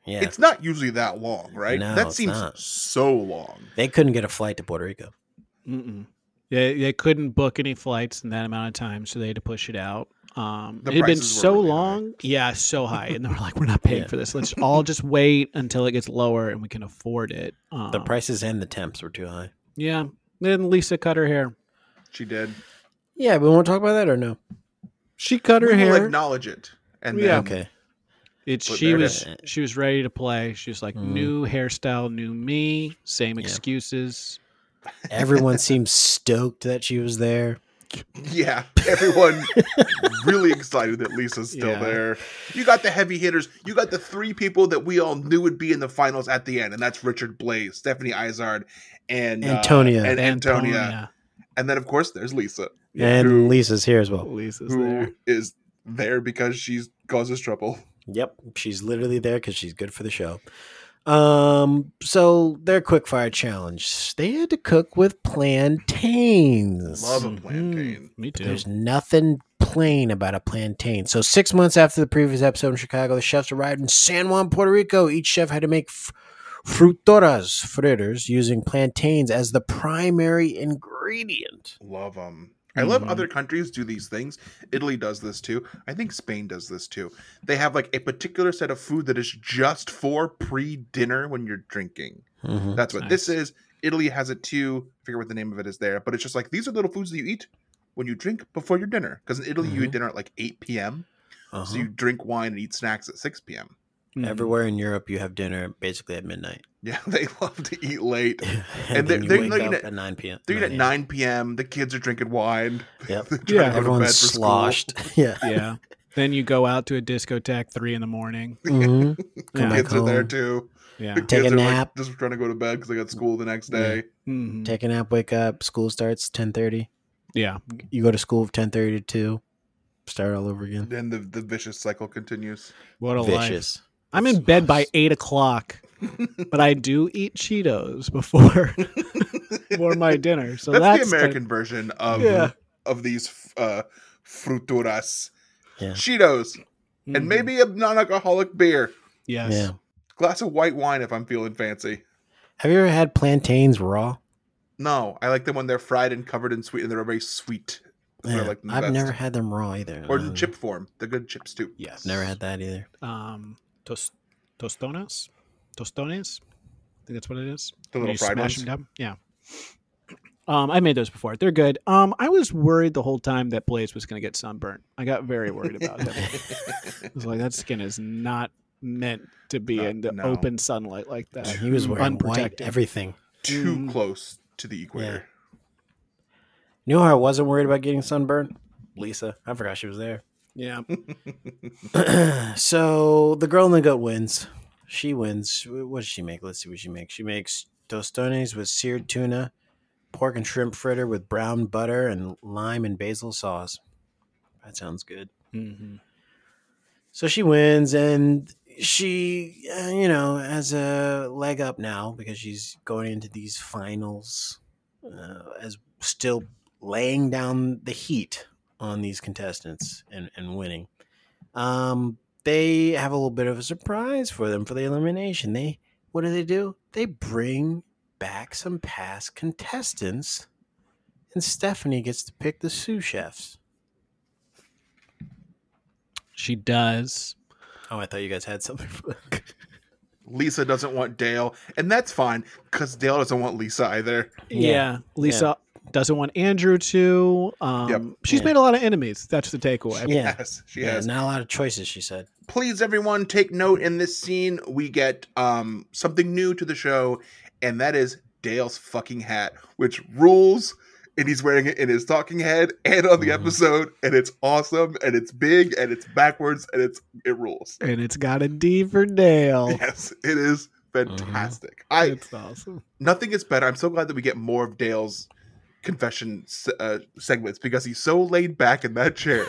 Speaker 2: Yeah.
Speaker 5: It's not usually that long, right?
Speaker 2: No,
Speaker 5: that
Speaker 2: it's
Speaker 5: seems
Speaker 2: not.
Speaker 5: so long.
Speaker 2: they couldn't get a flight to Puerto Rico.
Speaker 3: Mm-mm. They they couldn't book any flights in that amount of time, so they had to push it out. Um,
Speaker 5: The
Speaker 3: it had been
Speaker 5: prices were
Speaker 3: so
Speaker 5: really high.
Speaker 3: long, yeah, so high, and they were like, "We're not paying
Speaker 2: Yeah.
Speaker 3: for this. Let's all
Speaker 5: [laughs]
Speaker 3: just wait until it gets lower and we can afford it." Um,
Speaker 5: Oh.
Speaker 2: The prices and the temps were too high.
Speaker 3: yeah. Then Lisa cut her hair.
Speaker 5: She did.
Speaker 2: Yeah, we want to talk about that or no?
Speaker 3: She cut her
Speaker 5: we will
Speaker 3: hair.
Speaker 5: acknowledge it And
Speaker 3: Yeah.
Speaker 5: then
Speaker 2: Okay.
Speaker 3: It's
Speaker 5: Well,
Speaker 3: she
Speaker 5: there Mm. it
Speaker 3: was
Speaker 2: is.
Speaker 3: she was ready to play. She's like
Speaker 2: Mhm.
Speaker 3: new hairstyle, new me, same excuses.
Speaker 2: Everyone seems stoked that she was there.
Speaker 5: yeah, everyone really excited that Lisa's still
Speaker 3: Yeah.
Speaker 5: there. You got the heavy hitters. You got the three people that we all knew would be in the finals at the end, and that's Richard Blaze, Stephanie Izard, and uh,
Speaker 2: Antonia.
Speaker 5: and Antonia. And then of course there's Lisa.
Speaker 2: And
Speaker 5: who-
Speaker 2: Lisa's here as well.
Speaker 3: Lisa's there.
Speaker 5: who is there because she causes trouble.
Speaker 2: Yep, she's literally there because she's good for the show. Um, so their quick fire challenge. They had to cook with plantains.
Speaker 5: Love a
Speaker 3: Mhm.
Speaker 5: plantain.
Speaker 3: Me too.
Speaker 2: There's nothing plain about a plantain. So six months after the previous episode in Chicago, the chefs arrived in San Juan, Puerto Rico. Each chef had to make f- frutoras, fritters, using plantains as the primary ingredient.
Speaker 5: Love them. I
Speaker 2: Mm-hmm.
Speaker 5: love
Speaker 3: Mhm.
Speaker 5: other countries do these things. Italy does this too. I think Spain does this too. They have like a particular set of food that is just for pre-dinner when you're drinking.
Speaker 2: Mhm.
Speaker 5: That's what this
Speaker 3: Nice.
Speaker 5: is. Italy has it too. I forget what the name of it is there, but it's just like these are little foods that you eat when you drink before your dinner. Because in Italy you eat dinner at like 8 p.m.
Speaker 2: Mm-hmm. Uh-huh.
Speaker 5: So you drink wine and eat snacks at 6 p.m. Mm-hmm.
Speaker 3: Mhm.
Speaker 2: Everywhere in Europe, you have dinner basically at midnight.
Speaker 5: [laughs] Yeah, they love to
Speaker 2: [laughs]
Speaker 5: eat late.
Speaker 2: and,
Speaker 5: [laughs]
Speaker 2: then
Speaker 5: And they're-
Speaker 2: you
Speaker 5: they're
Speaker 2: wake
Speaker 5: looking
Speaker 2: up
Speaker 5: at-
Speaker 2: at, 9 p.m.
Speaker 5: They're eating
Speaker 2: 9
Speaker 5: at 9 p.m. The kids are drinking wine. [laughs]
Speaker 2: Yep.
Speaker 5: They're trying to
Speaker 3: Yeah.
Speaker 5: go to bed
Speaker 2: Everyone's
Speaker 5: for school. [laughs]
Speaker 2: sloshed. Yeah.
Speaker 3: yeah. Then you go out to a discotheque three in the morning.
Speaker 2: Mhm. Come
Speaker 3: Yeah.
Speaker 2: back
Speaker 5: Kids are there
Speaker 2: home.
Speaker 5: too.
Speaker 3: Yeah.
Speaker 5: The
Speaker 2: oh, Take
Speaker 5: kids
Speaker 2: a
Speaker 5: are like,
Speaker 2: nap.
Speaker 5: just trying to go to bed because they got school the next
Speaker 2: Yeah.
Speaker 5: day.
Speaker 3: Mhm.
Speaker 2: Take a nap, wake up. School starts 10.30.
Speaker 3: Yeah.
Speaker 2: You go to school from 10.30 to 2. Start all over again.
Speaker 5: Then the, the vicious cycle continues.
Speaker 3: What a life.
Speaker 2: Vicious.
Speaker 3: I'm in bed by
Speaker 2: [laughs]
Speaker 3: eight o'clock, but I do eat Cheetos before [laughs] before my
Speaker 5: [laughs]
Speaker 3: dinner. So
Speaker 5: that's,
Speaker 3: that's,
Speaker 5: the American version of
Speaker 3: Yeah.
Speaker 5: of these uh, fruturas,
Speaker 2: Yeah.
Speaker 5: Cheetos,
Speaker 3: Mhm.
Speaker 5: and maybe a non-alcoholic beer,
Speaker 3: yes.
Speaker 2: Yeah.
Speaker 5: glass of white wine if I'm feeling fancy.
Speaker 2: Have you ever had plantains raw?
Speaker 5: No, I like them when they're fried and covered in sweet, and they're very sweet. That's what I
Speaker 2: Yeah.
Speaker 5: like them the
Speaker 2: I've
Speaker 5: best.
Speaker 2: never had them raw either.
Speaker 5: or
Speaker 2: Um,
Speaker 5: in chip form. They're good chips too.
Speaker 2: Yes. Never had that either.
Speaker 3: um tos- tostonas tostones i think that's what it is
Speaker 5: The
Speaker 3: Where
Speaker 5: little
Speaker 3: you
Speaker 5: fried
Speaker 3: smash 'em
Speaker 5: ones.
Speaker 3: down. yeah um i made those before they're good um i was worried the whole time that blaze was going to get sunburned i got very worried about
Speaker 5: [laughs]
Speaker 3: him i was like that skin is not meant to be
Speaker 5: No,
Speaker 3: in the
Speaker 5: no.
Speaker 3: open sunlight like that
Speaker 2: He was wearing white
Speaker 3: unprotected.
Speaker 2: everything.
Speaker 5: Too
Speaker 3: Mm.
Speaker 5: close to the equator.
Speaker 2: You know how I wasn't worried about getting sunburned? Lisa. I forgot she was there.
Speaker 3: yeah
Speaker 2: [clears throat] so the girl in the goat wins. She wins. What does she make? Let's see what she makes. She makes tostones with seared tuna, pork and shrimp fritter with brown butter and lime and basil sauce. That sounds good. Mm-hmm.
Speaker 3: Mhm.
Speaker 2: So she wins, and she, uh, you know, has a leg up now because she's going into these finals uh, as still laying down the heat on these contestants and, and winning. Um, they have a little bit of a surprise for them for the elimination. They what do they do? They bring back some past contestants, and Stephanie gets to pick the sous chefs.
Speaker 3: she does
Speaker 2: Oh, I thought you guys had something for that.
Speaker 5: Lisa doesn't want Dale, and that's fine because Dale doesn't want Lisa either.
Speaker 3: yeah, lisa doesn't want andrew to um
Speaker 5: Yep.
Speaker 3: she's
Speaker 2: Yeah.
Speaker 3: made a lot of enemies that's the takeaway
Speaker 2: Yeah.
Speaker 5: Yes, she
Speaker 2: Yeah,
Speaker 5: has.
Speaker 2: not a lot of choices, she said.
Speaker 5: Please, everyone, take note. In this scene, we get um something new to the show, and that is Dale's fucking hat, which rules. And he's wearing it in his talking head and on the
Speaker 3: Mm-hmm.
Speaker 2: Mhm.
Speaker 5: episode, and it's awesome, and it's big, and it's backwards, and it's it rules.
Speaker 3: and it's got a d for dale
Speaker 5: Yes, it is fantastic. [laughs] I
Speaker 3: it's awesome
Speaker 5: nothing is better. I'm so glad that we get more of Dale's confession se- uh, segments because he's so laid back in that chair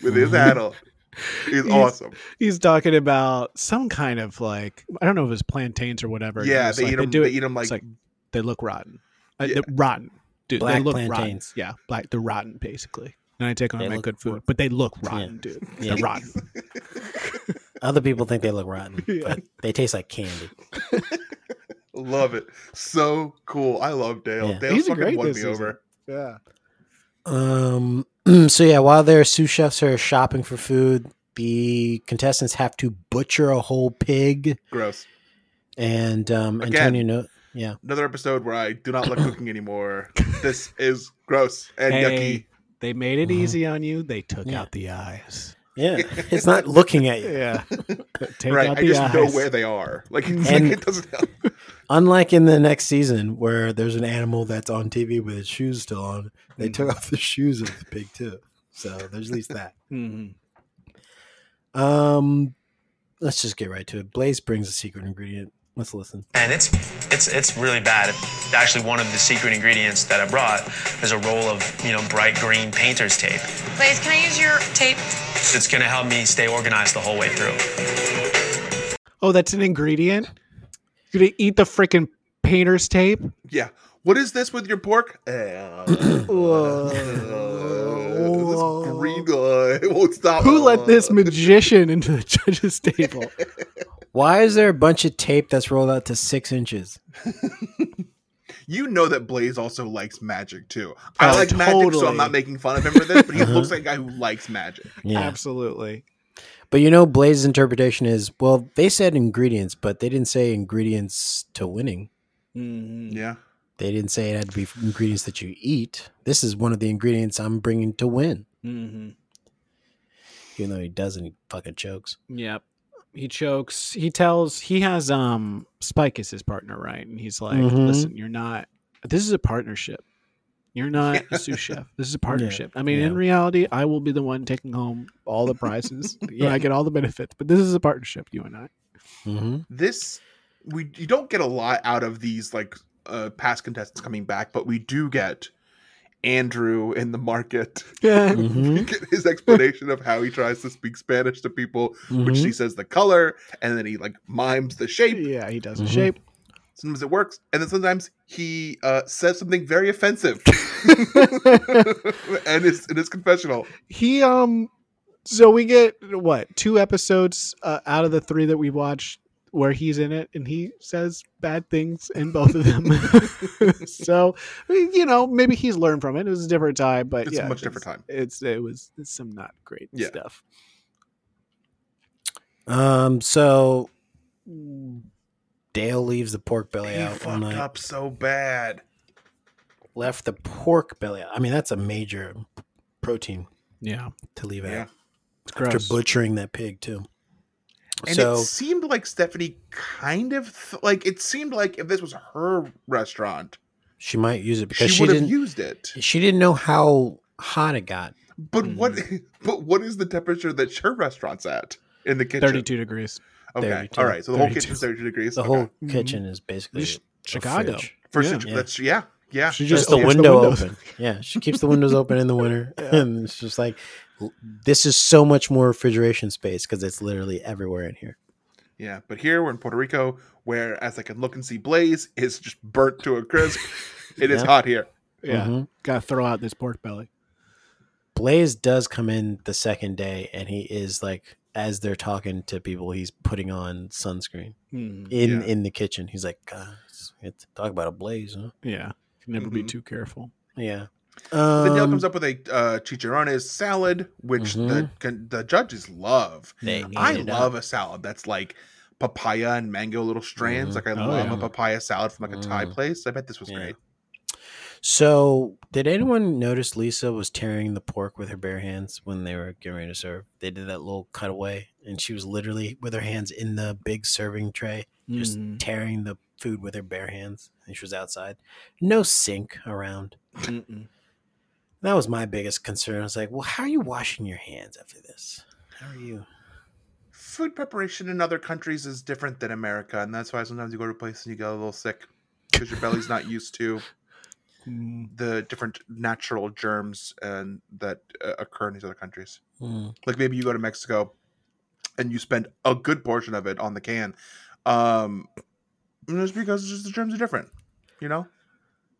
Speaker 5: with his hat on. It's
Speaker 3: Mm-hmm. He's-
Speaker 5: awesome.
Speaker 3: he's talking about some kind of like I don't know if it's plantains or whatever.
Speaker 5: Yeah,
Speaker 3: It's
Speaker 5: they
Speaker 3: like,
Speaker 5: eat, them,
Speaker 3: do
Speaker 5: they
Speaker 3: it.
Speaker 5: eat 'em like,
Speaker 3: it's like they look rotten. Uh,
Speaker 5: Yeah.
Speaker 3: they're rotten, dude.
Speaker 2: Black
Speaker 3: they look
Speaker 2: plantains.
Speaker 3: rotten. Yeah, black. They're rotten, basically. And I take on
Speaker 2: They
Speaker 3: my
Speaker 2: look
Speaker 3: good
Speaker 2: rot-
Speaker 3: food, but they look rotten, dude.
Speaker 2: Yeah.
Speaker 3: They're rotten.
Speaker 5: [laughs]
Speaker 2: Other people think they look rotten,
Speaker 3: Yeah.
Speaker 2: but they taste like candy.
Speaker 5: love it. So cool. I love Dale.
Speaker 2: Yeah.
Speaker 5: Dale
Speaker 3: He's
Speaker 5: fucking
Speaker 3: great
Speaker 5: won me
Speaker 3: this season.
Speaker 5: over.
Speaker 3: Yeah.
Speaker 2: Um, [clears throat] so yeah, while their sous chefs are shopping for food, the contestants have to butcher a whole pig,
Speaker 5: Gross.
Speaker 2: and um,
Speaker 5: Again.
Speaker 2: Antonio. No- yeah,
Speaker 5: Another episode where I do not like
Speaker 3: [coughs]
Speaker 5: cooking anymore. This is gross and
Speaker 3: Hey,
Speaker 5: yucky.
Speaker 3: they made it
Speaker 2: Mhm.
Speaker 3: easy on you. They took
Speaker 2: Yeah.
Speaker 3: out the eyes.
Speaker 2: Yeah, [laughs] it's not looking at you.
Speaker 3: [laughs] Yeah. Take
Speaker 5: right.
Speaker 3: out
Speaker 5: I
Speaker 3: the
Speaker 5: just
Speaker 3: eyes.
Speaker 5: know where they are. [laughs] Like, it's
Speaker 2: And-
Speaker 5: like it doesn't help.
Speaker 2: Unlike in the next season where there's an animal that's on TV with its shoes still on, they
Speaker 5: Mhm.
Speaker 2: took off the shoes of the pig too. So there's at least that.
Speaker 3: Mhm.
Speaker 2: Um, let's just get right to it. Blaze brings a secret ingredient. Let's listen.
Speaker 4: And it's it's it's really bad. Actually, one of the secret ingredients that I brought is a roll of you know bright green painter's tape.
Speaker 6: Blaze, can I use your tape?
Speaker 4: It's gonna help me stay organized the whole way through.
Speaker 3: Oh, that's an ingredient? You're going to eat the freaking painter's tape?
Speaker 5: Yeah. What is this with your pork? Uh, uh,
Speaker 3: [coughs]
Speaker 5: this is green. uh, [laughs] it won't stop.
Speaker 3: Who let
Speaker 5: [laughs]
Speaker 3: this magician into the judge's table?
Speaker 2: Why is there a bunch of tape that's rolled out to six inches?
Speaker 5: You know that Blaze also likes magic too. I
Speaker 3: Oh,
Speaker 5: like magic, so
Speaker 3: totally. Uh-huh.
Speaker 5: I'm not making fun of him for this. But he looks like a guy who likes magic.
Speaker 2: Yeah.
Speaker 3: Absolutely.
Speaker 2: Uh, But you know, Blaze's interpretation is well, they said ingredients, but they didn't say ingredients to winning.
Speaker 5: Yeah.
Speaker 2: They didn't say it had to be ingredients that you eat. This is one of the ingredients I'm bringing to win. Even though he doesn't, he fucking chokes.
Speaker 3: Yep. He chokes. He tells he has um Spike is his partner, right? And he's like,
Speaker 2: Mhm.
Speaker 3: "Listen, you're not. This is a partnership. You're not a [laughs] sous chef. This is a partnership. I mean, in
Speaker 2: Yeah.
Speaker 3: reality, I will be the one taking home all the [laughs] prizes. You know, I get all the benefits, but this is a partnership, you and I.
Speaker 2: Mm-hmm.
Speaker 5: This we you don't get a lot out of these like uh, past contestants coming back, but we do get Andrew in the market.
Speaker 3: [laughs] [laughs] Yeah. Mm-hmm.
Speaker 2: Hmm?
Speaker 5: We get his explanation of how he tries to speak Spanish to people,
Speaker 2: Mm-hmm. Hmm?
Speaker 5: which he says the color, and then he like mimes the shape.
Speaker 3: Yeah, he does a
Speaker 2: Mhm.
Speaker 3: shape.
Speaker 5: Sometimes it works, and then sometimes he uh, says something very offensive. and it's it is confessional.
Speaker 3: He um so we get what, two episodes uh, out of the three that we watched where he's in it and he says bad things in both of them. [laughs] so I mean, you know, maybe he's learned from it. It was a different time, but
Speaker 5: It's a
Speaker 3: Uh, yeah,
Speaker 5: much different time.
Speaker 3: It's it was it's some not great
Speaker 5: Yeah.
Speaker 3: stuff.
Speaker 2: Um, so Dale leaves the pork belly
Speaker 5: He
Speaker 2: out all
Speaker 5: fucked
Speaker 2: night.
Speaker 5: up so bad.
Speaker 2: Left the pork belly out. I mean, that's a major protein
Speaker 3: Yeah.
Speaker 2: to leave
Speaker 5: Yeah.
Speaker 2: out after butchering that pig too.
Speaker 5: And
Speaker 2: so
Speaker 5: it seemed like Stephanie kind of th- like it seemed like if this was her restaurant,
Speaker 2: she might use it because
Speaker 5: she
Speaker 2: she,
Speaker 5: would have
Speaker 2: didn't.
Speaker 5: used it.
Speaker 2: she didn't know how hot it got.
Speaker 5: But what
Speaker 2: Hmm.
Speaker 5: [laughs] but what is the temperature that her restaurant's at in the kitchen?
Speaker 3: 32 degrees.
Speaker 5: Okay.
Speaker 2: 32.
Speaker 5: All right. So the whole
Speaker 3: 32.
Speaker 5: kitchen's 32 degrees.
Speaker 2: The
Speaker 5: okay.
Speaker 2: whole kitchen is basically
Speaker 3: Just
Speaker 2: a
Speaker 3: Chicago.
Speaker 2: fridge.
Speaker 5: first
Speaker 3: yeah.
Speaker 5: situ-
Speaker 2: Yeah.
Speaker 5: that's yeah. Yeah.
Speaker 3: She
Speaker 2: Just
Speaker 3: just
Speaker 2: the
Speaker 3: opens the
Speaker 2: window
Speaker 3: windows.
Speaker 5: [laughs]
Speaker 2: open. Yeah, she keeps the windows open in the winter, and it's just like this is so much more refrigeration space because it's literally everywhere in here.
Speaker 5: Yeah, but here we're in Puerto Rico, where as I can look and see, Blaze is just burnt to a
Speaker 2: [laughs]
Speaker 5: crisp. It is
Speaker 2: Yeah.
Speaker 5: hot here.
Speaker 3: Yeah.
Speaker 2: Mhm.
Speaker 3: Got to Mm-hmm. throw out this pork belly.
Speaker 2: Blaze does come in the second day, and he is like, as they're talking to people, he's putting on sunscreen
Speaker 3: Mhm.
Speaker 2: in
Speaker 5: Yeah.
Speaker 2: in the kitchen. He's like, God, it's- it's- talk about a blaze, huh?
Speaker 3: Yeah. Can never be
Speaker 5: Mhm.
Speaker 3: too careful.
Speaker 2: Yeah.
Speaker 5: then Dale
Speaker 2: Um, mm-hmm.
Speaker 5: comes up with a uh, chicharrones salad, which the con- the judges love.
Speaker 2: they
Speaker 5: I
Speaker 2: ate it
Speaker 3: uh,
Speaker 5: love
Speaker 2: up.
Speaker 5: a salad that's like papaya and mango little
Speaker 2: Mhm.
Speaker 5: strands. Like I
Speaker 3: Oh,
Speaker 5: love
Speaker 3: yeah.
Speaker 5: a papaya salad from like a Thai
Speaker 2: Mm.
Speaker 5: place. I bet this was
Speaker 2: Yeah.
Speaker 5: great.
Speaker 2: So, did anyone notice Lisa was tearing the pork with her bare hands when they were getting ready to serve? They did that little cutaway, and she was literally with her hands in the big serving tray, just
Speaker 3: Mhm.
Speaker 2: tearing the food with her bare hands. And she was outside, no sink around.
Speaker 3: Mm-mm.
Speaker 2: That was my biggest concern. I was like, well, how are you washing your hands after this? How are you?
Speaker 5: Food preparation in other countries is different than America, and that's why sometimes you go to a place and you get a little sick because your belly's not used to
Speaker 3: [laughs] Mm.
Speaker 5: the different natural germs and that uh, occur in these other countries.
Speaker 3: Hmm.
Speaker 2: Mm.
Speaker 5: Like maybe you go to Mexico and you spend a good portion of it on the can, um, and it's because just the germs are different. You know,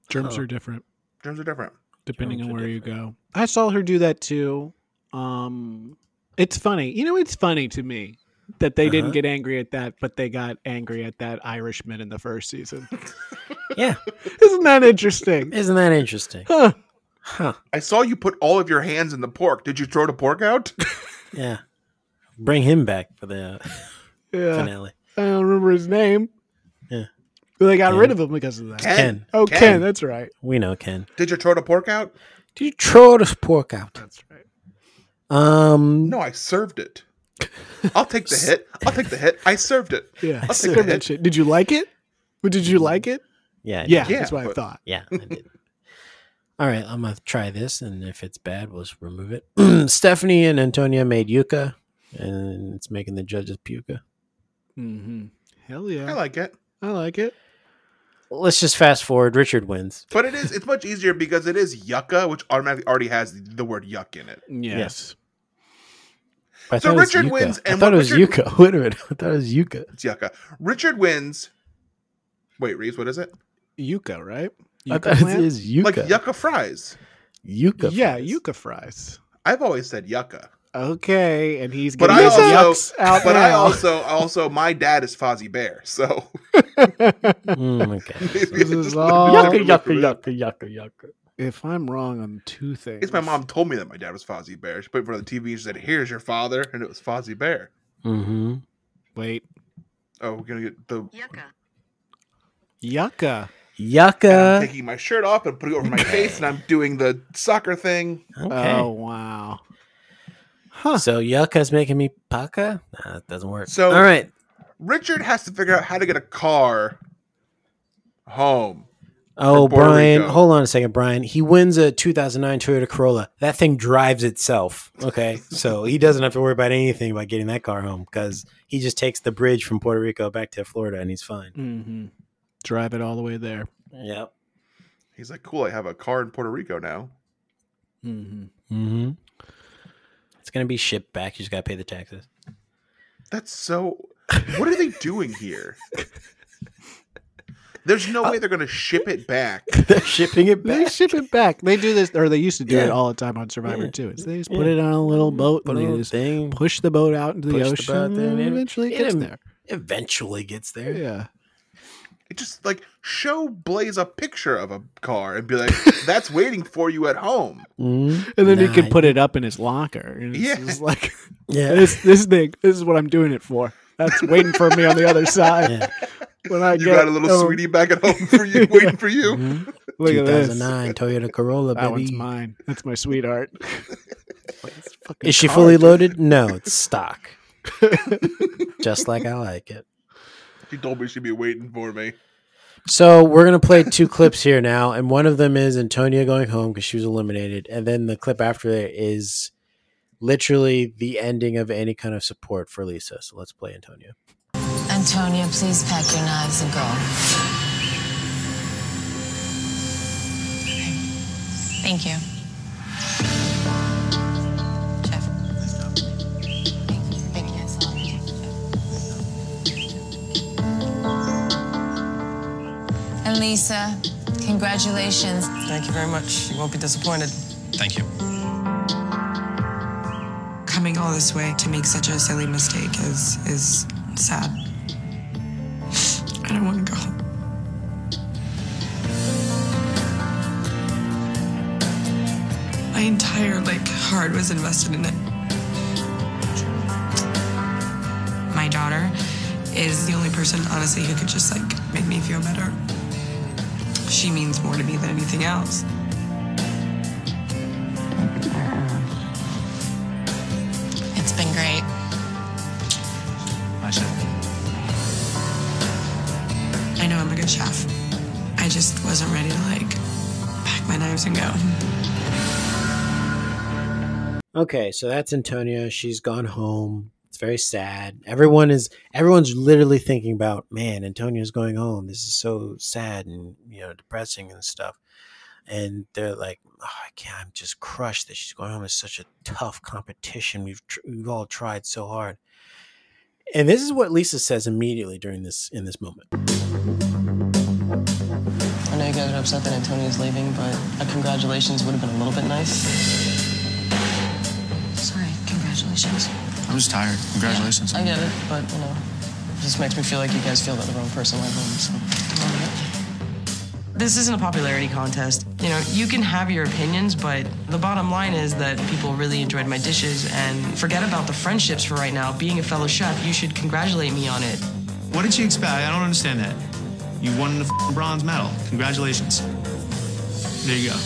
Speaker 3: Germs
Speaker 2: Oh.
Speaker 3: are different.
Speaker 5: germs are different.
Speaker 3: depending
Speaker 2: Germs
Speaker 3: on
Speaker 2: are
Speaker 3: where you go. I saw her do that too. Um, it's funny. You know, it's funny to me that they
Speaker 2: Uh-huh.
Speaker 3: didn't get angry at that, but they got angry at that Irishman in the first season. [laughs]
Speaker 2: Yeah,
Speaker 3: Isn't
Speaker 2: [laughs]
Speaker 3: that interesting?
Speaker 2: isn't that interesting?
Speaker 3: Huh.
Speaker 2: Huh?
Speaker 5: I saw you put all of your hands in the pork. Did you throw the
Speaker 2: [laughs]
Speaker 5: pork out?
Speaker 2: Yeah. Bring him back for the
Speaker 3: Yeah.
Speaker 2: finale.
Speaker 3: I don't remember his name.
Speaker 2: Yeah.
Speaker 3: But they got
Speaker 2: Ken.
Speaker 3: rid of him because of that.
Speaker 5: Ken.
Speaker 2: Ken,
Speaker 3: Oh, Ken.
Speaker 5: Ken.
Speaker 3: That's right.
Speaker 2: we know Ken.
Speaker 5: Did you throw the pork out?
Speaker 2: Did you throw this pork out?
Speaker 3: That's right.
Speaker 2: Um,
Speaker 5: No, I
Speaker 2: [laughs]
Speaker 5: served it. I'll take the hit. I'll take the hit. I served it.
Speaker 3: Yeah.
Speaker 5: I'll take
Speaker 3: Good
Speaker 5: the hit.
Speaker 3: shit. Did you like it? But did you like it?
Speaker 2: yeah, I
Speaker 3: Yeah,
Speaker 5: Yeah,
Speaker 3: that's what I
Speaker 5: but-
Speaker 3: thought.
Speaker 2: Yeah, I did.
Speaker 5: [laughs]
Speaker 2: All right, I'm gonna try this, and if it's bad, we'll just remove it. [clears throat] Stephanie and Antonia made yuca, and it's making the judges puka.
Speaker 3: Mm-hmm. Hell yeah.
Speaker 5: I like it.
Speaker 3: I like it.
Speaker 2: Let's just fast forward. Richard wins.
Speaker 5: But it is it's much easier because it is yucca, which automatically already has the word yuck in it.
Speaker 3: Yes.
Speaker 2: I
Speaker 5: So
Speaker 2: thought it was
Speaker 5: Richard
Speaker 2: yuca.
Speaker 5: wins,
Speaker 2: I
Speaker 5: and
Speaker 2: thought
Speaker 5: what
Speaker 2: it was
Speaker 5: Richard-
Speaker 2: yuca. [laughs] Wait a minute. I thought it was yuca.
Speaker 5: It's yucca. Richard wins. Wait, Reeves, what is it?
Speaker 3: Yucca, right?
Speaker 2: I
Speaker 3: Yucca
Speaker 2: thought it
Speaker 3: [laughs] plant?
Speaker 2: was yuca.
Speaker 5: Like yucca fries.
Speaker 2: Yuca.
Speaker 3: yeah,
Speaker 2: fries.
Speaker 3: yucca fries.
Speaker 5: I've always said yucca.
Speaker 3: Okay, and he's
Speaker 5: But
Speaker 3: getting
Speaker 5: I
Speaker 3: his
Speaker 5: also-
Speaker 3: yucks out
Speaker 5: But I
Speaker 3: now.
Speaker 5: also also my dad is Fozzie Bear,
Speaker 3: [laughs]
Speaker 5: so [laughs]
Speaker 2: Mm, okay.
Speaker 3: This is
Speaker 5: Just
Speaker 3: all-
Speaker 5: look it
Speaker 2: yucca,
Speaker 5: up.
Speaker 2: yucca, yucca, yucca, yucca.
Speaker 3: if I'm wrong on two things,
Speaker 5: It's my mom told me that my dad was Fozzie Bear. She put it in front of the TV and she said, Here's your father and it was Fozzie Bear.
Speaker 2: Mm-hmm.
Speaker 3: Wait,
Speaker 5: Oh, we're gonna get the
Speaker 6: Yucca.
Speaker 3: yucca.
Speaker 5: I'm
Speaker 2: Yucca.
Speaker 5: taking my shirt off and putting it over my face and I'm doing the soccer thing.
Speaker 2: Okay.
Speaker 3: Oh wow, huh?
Speaker 2: So yucca's making me paka. Nah, it doesn't work.
Speaker 5: So-
Speaker 2: all right.
Speaker 5: Richard has to figure out how to get a car home.
Speaker 2: Oh,
Speaker 5: Puerto
Speaker 2: Brian,
Speaker 5: Rico.
Speaker 2: hold on a second, Brian. He wins a 2009 Toyota Corolla. That thing drives itself. Okay, so he doesn't have to worry about anything about getting that car home because he just takes the bridge from Puerto Rico back to Florida and he's fine.
Speaker 3: Mm-hmm. Drive it all the way there.
Speaker 2: Yep.
Speaker 5: He's like, Cool, I have a car in Puerto Rico now.
Speaker 3: Mm-hmm.
Speaker 2: Mm-hmm. It's gonna be shipped back. You just gotta pay the taxes.
Speaker 5: That's so what are they doing here? There's no way they're gonna ship it back.
Speaker 2: They're shipping it
Speaker 3: They
Speaker 2: back.
Speaker 3: ship it back. They do this, or they used to do it
Speaker 2: Yeah.
Speaker 3: all the time on Survivor
Speaker 2: Yeah.
Speaker 3: too. It's they just
Speaker 2: Yeah.
Speaker 3: put it on a [laughs] little
Speaker 5: Mm-hmm.
Speaker 3: boat
Speaker 2: Put
Speaker 3: and
Speaker 2: a
Speaker 3: they
Speaker 2: little
Speaker 3: just
Speaker 2: thing.
Speaker 3: push the boat out into the
Speaker 2: Push the boat
Speaker 3: ocean,
Speaker 2: there,
Speaker 3: and
Speaker 2: and it-
Speaker 3: eventually it
Speaker 2: it
Speaker 3: gets
Speaker 2: em-
Speaker 3: there.
Speaker 2: Eventually gets there.
Speaker 3: Yeah,
Speaker 5: It just like show Blaze a picture of a car and be like, That's waiting for you at home.
Speaker 2: Mhm.
Speaker 3: and then he
Speaker 2: Nah,
Speaker 3: can put it up in his locker. And it's
Speaker 5: Yeah.
Speaker 3: just like
Speaker 2: Yeah.
Speaker 3: this, this thing. This is what I'm doing it for. That's waiting for me on the other side
Speaker 2: yeah.
Speaker 3: [laughs] when I
Speaker 5: You
Speaker 3: get
Speaker 5: got a little
Speaker 3: home.
Speaker 5: sweetie back at home
Speaker 3: [laughs]
Speaker 5: for you, waiting for you.
Speaker 2: Mhm.
Speaker 3: Look at this.
Speaker 2: 2009 Toyota Corolla,
Speaker 3: That
Speaker 2: baby.
Speaker 3: one's mine. That's
Speaker 2: [laughs]
Speaker 3: my sweetheart.
Speaker 2: Is she fully loaded? No, it's stock. Just like I like it.
Speaker 5: She told me she'd be waiting for me.
Speaker 2: So we're gonna play two clips here now, and one of them is Antonia going home because she was eliminated, and then the clip after it is literally the ending of any kind of support for Lisa. So let's play Antonia.
Speaker 7: Antonia, please pack your knives and go.
Speaker 6: Thank you.
Speaker 7: Jeff. Thank you. Thank you. It's all right, Jeff. And Lisa, congratulations.
Speaker 8: Thank you very much. You won't be disappointed.
Speaker 4: Thank you.
Speaker 8: Coming all this way to make such a silly mistake is is sad. I don't want to go. My entire like heart was invested in it. My daughter is the only person honestly who could just like make me feel better. She means more to me than anything else.
Speaker 6: It's been great.
Speaker 8: I know I'm a good chef. I just wasn't ready to like pack my knives and go.
Speaker 2: Okay, so that's Antonia. She's gone home. It's very sad. Everyone is everyone's literally thinking about, man, Antonia's going home. This is so sad and you know depressing and stuff. And they're like, oh, I can't. I'm just crushed that she's going home. It's such a tough competition. We've tr- we've all tried so hard. And this is what Lisa says immediately during this in this moment.
Speaker 8: I know you guys are upset that Antonia's leaving, but a congratulations would have been a little bit nice.
Speaker 7: Sorry, congratulations.
Speaker 9: I'm just tired. Congratulations.
Speaker 8: I get it, but you know, it just makes me feel like you guys feel that the wrong person went home. So. This isn't a popularity contest. You know, you can have your opinions, but the bottom line is that people really enjoyed my dishes and forget about the friendships for right now. Being a fellow chef, you should congratulate me on it.
Speaker 9: What did you expect? I don't understand that. You won the f***ing bronze medal. Congratulations. There you go.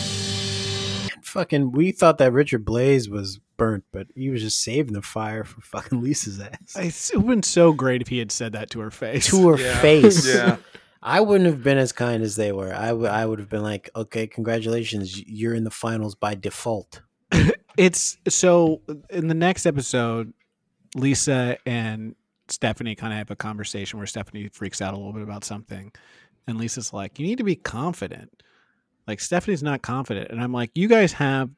Speaker 2: And fucking, we thought that Richard Blaze was burnt, but he was just saving the fire for fucking [laughs] Lisa's ass.
Speaker 3: It's- It would have been so great if he had said that to her face.
Speaker 2: to her
Speaker 5: Yeah.
Speaker 2: face.
Speaker 5: Yeah.
Speaker 2: I wouldn't have been as kind as they were. I would I would have been like, okay, congratulations, you're in the finals by default.
Speaker 3: It's so in the next episode, Lisa and Stephanie kind of have a conversation where Stephanie freaks out a little bit about something. And Lisa's like, You need to be confident. Like, Stephanie's not confident. And I'm like, You guys have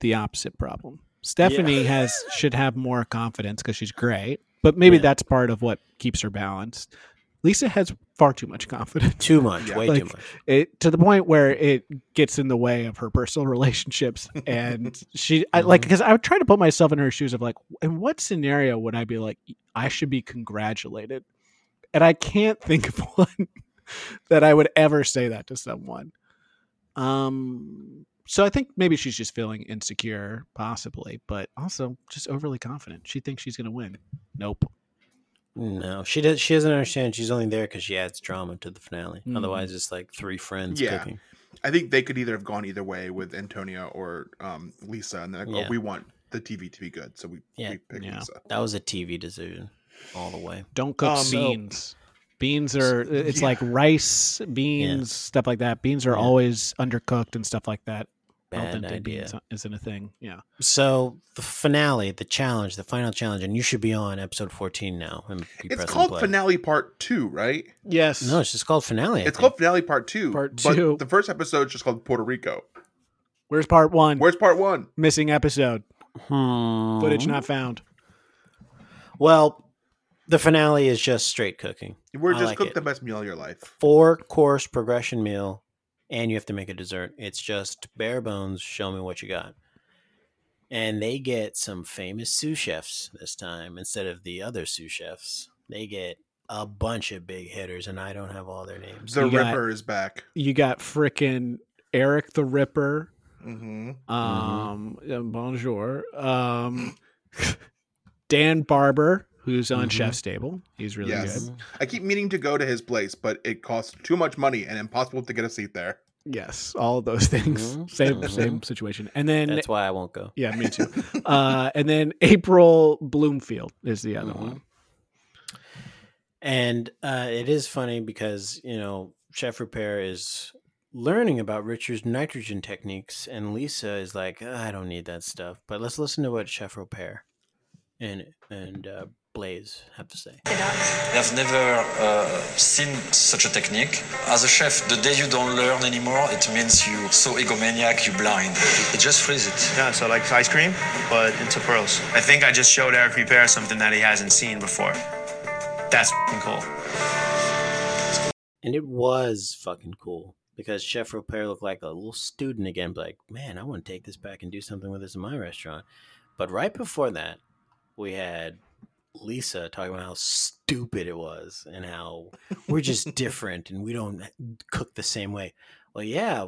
Speaker 3: the opposite problem. Stephanie has should have more confidence because she's great, but maybe
Speaker 2: Yeah.
Speaker 3: that's part of what keeps her balanced. Lisa has far too much confidence.
Speaker 2: Too much, way
Speaker 3: Like,
Speaker 2: too much.
Speaker 3: it to the point where it gets in the way of her personal [laughs] relationships and she I, like because i would try to put myself in her shoes of like in what scenario would i be like i should be congratulated and i can't think of [laughs] one that i would ever say that to someone um so i think maybe she's just feeling insecure possibly but also just overly confident she thinks she's going to win nope
Speaker 2: No, she does. She doesn't understand. She's only there because she adds drama to the finale.
Speaker 3: Mhm.
Speaker 2: Otherwise, it's like three friends
Speaker 5: Yeah.
Speaker 2: cooking.
Speaker 5: I think they could either have gone either way with Antonia or um, Lisa, and they're like,
Speaker 2: Yeah.
Speaker 5: "Oh, we want the TV to be good, so we
Speaker 2: Yeah.
Speaker 5: we pick
Speaker 3: Yeah.
Speaker 5: Lisa."
Speaker 2: That was a TV decision, all the way.
Speaker 3: Don't cook
Speaker 5: Um,
Speaker 3: beans. beans are it's
Speaker 5: yeah.
Speaker 3: like rice, beans, stuff like that. Beans
Speaker 2: Yeah.
Speaker 3: are always undercooked and stuff like that. Al
Speaker 2: Bad
Speaker 3: dente
Speaker 2: idea.
Speaker 3: beans isn't a thing. Yeah.
Speaker 2: So the finale, the challenge, the final challenge, and you should be on episode fourteen now. and be
Speaker 5: It's
Speaker 2: pressing
Speaker 5: called
Speaker 2: play.
Speaker 5: Finale Part Two, right?
Speaker 3: Yes.
Speaker 2: No, it's just called finale. I
Speaker 5: it's
Speaker 2: think.
Speaker 5: called Finale Part Two.
Speaker 3: Part
Speaker 5: but
Speaker 3: Two.
Speaker 5: The first episode's just called Puerto Rico.
Speaker 3: Where's part one?
Speaker 5: Where's Part One?
Speaker 3: Missing episode.
Speaker 2: Hmm.
Speaker 3: Footage not found.
Speaker 2: Well, the finale is just straight cooking.
Speaker 5: We're
Speaker 2: I
Speaker 5: just
Speaker 2: like
Speaker 5: cook
Speaker 2: it.
Speaker 5: the best meal of your life.
Speaker 2: Four course progression meal, and you have to make a dessert. It's just bare bones. Show me what you got. And they get some famous sous chefs this time instead of the other sous chefs. They get a bunch of big hitters, and I don't have all their names.
Speaker 5: The
Speaker 3: You got-
Speaker 5: Ripper is back.
Speaker 3: You got frickin' Eric the Ripper.
Speaker 5: Mm-hmm.
Speaker 3: Um
Speaker 2: Mm-hmm.
Speaker 3: uh, bonjour. Um [laughs] Dan Barber, who's on
Speaker 2: Mhm.
Speaker 3: Chef's Table. He's really
Speaker 5: Yes.
Speaker 3: good.
Speaker 5: I keep meaning to go to his place, but it costs too much money and impossible to get a seat there.
Speaker 2: Mm-hmm.
Speaker 3: Yes. All of those things.
Speaker 2: Mhm.
Speaker 3: Same
Speaker 2: Mhm.
Speaker 3: same situation. And then
Speaker 2: That's why I won't go.
Speaker 3: Yeah, me too. uh, and then April Bloomfield is the other
Speaker 2: Mhm.
Speaker 3: one.
Speaker 2: And uh, it is funny because, you know, Chef Repair is learning about Richard's nitrogen techniques, and Lisa is like, "Ugh, I don't need that stuff. But let's listen to what Chef Repair and, and uh, Blaze have to say.
Speaker 4: I've never uh, seen such a technique. As a chef, the day you don't learn anymore, it means you so egomaniac, you blind. Just freeze it.
Speaker 10: Yeah, so like ice cream, but into pearls. I think I just showed Eric Repair something that he hasn't seen before. That's f***ing cool.
Speaker 2: And it was fucking cool because Chef Repair looked like a little student again, but like, man, I want to take this back and do something with this in my restaurant. But right before that, we had Lisa talking about how stupid it was and how we're just different and we don't cook the same way. Well, yeah.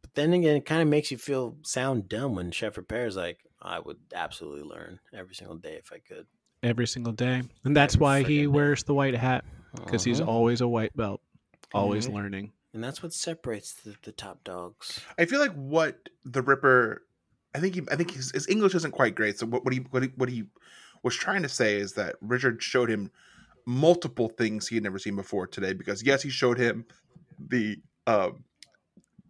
Speaker 2: But then again, it kind of makes you feel sound dumb when Chef Repair is like, I would absolutely learn every single day if I could.
Speaker 3: Every single day. And that's
Speaker 2: Every
Speaker 3: why he
Speaker 2: friggin' day. Uh-huh.
Speaker 3: wears the white hat because he's always a white belt, always
Speaker 5: Mhm.
Speaker 3: learning.
Speaker 2: Mm-hmm. And that's what separates the, the top dogs.
Speaker 5: I feel like what the Ripper, I think he, I think his, his English isn't quite great. So what, what he what he what he was trying to say is that Richard showed him multiple things he had never seen before today. Because yes, he showed him the um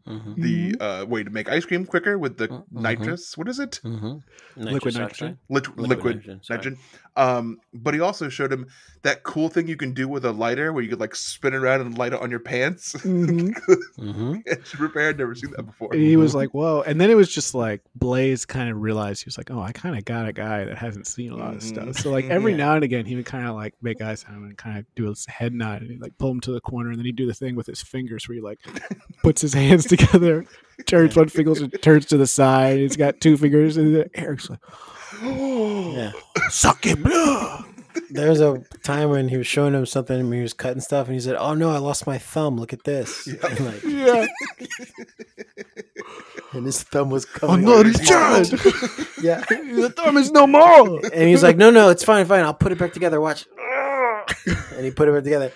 Speaker 2: Mm-hmm.
Speaker 5: the uh, way to make ice cream quicker with the
Speaker 2: Mhm.
Speaker 5: nitrous. What is it?
Speaker 2: Mm-hmm.
Speaker 3: Liquid nitrogen.
Speaker 5: Lit-
Speaker 2: Liquid
Speaker 5: liquid,
Speaker 2: nitrogen,
Speaker 5: nitrogen.
Speaker 2: sorry.
Speaker 5: Um, but he also showed him that cool thing you can do with a lighter, where you could like spin it around and light it on your pants.
Speaker 2: Mm-hmm.
Speaker 5: [laughs] Ripper had never seen that before.
Speaker 3: And he was like, whoa. And then it was just like Blaze kind of realized he was like, oh, I kind of got a guy that hasn't seen a lot of stuff.
Speaker 5: Mhm.
Speaker 3: So, like, every
Speaker 5: Yeah.
Speaker 3: now and again, he would kind of like make eyes at him and kind of do his head nod and he'd like pull him to the corner. And then he'd do the thing with his fingers where he like puts his hands [laughs] together, turns one finger, turns to the side. He's got two fingers. And then Eric's like,
Speaker 2: [gasps] Yeah.
Speaker 3: suck it, blah.
Speaker 2: There was a time when he was showing him something and he was cutting stuff and he said, Oh no, I lost my thumb. Look at this. [laughs] And, like,
Speaker 3: Yeah.
Speaker 2: and his thumb was
Speaker 3: I'm
Speaker 2: coming.
Speaker 3: not
Speaker 2: out.
Speaker 3: his child.
Speaker 2: [laughs] Yeah.
Speaker 3: [laughs] the thumb is no more.
Speaker 2: And he's like, No,
Speaker 3: [laughs]
Speaker 2: no, it's fine, fine. I'll put it back together. Watch. and he put it back together.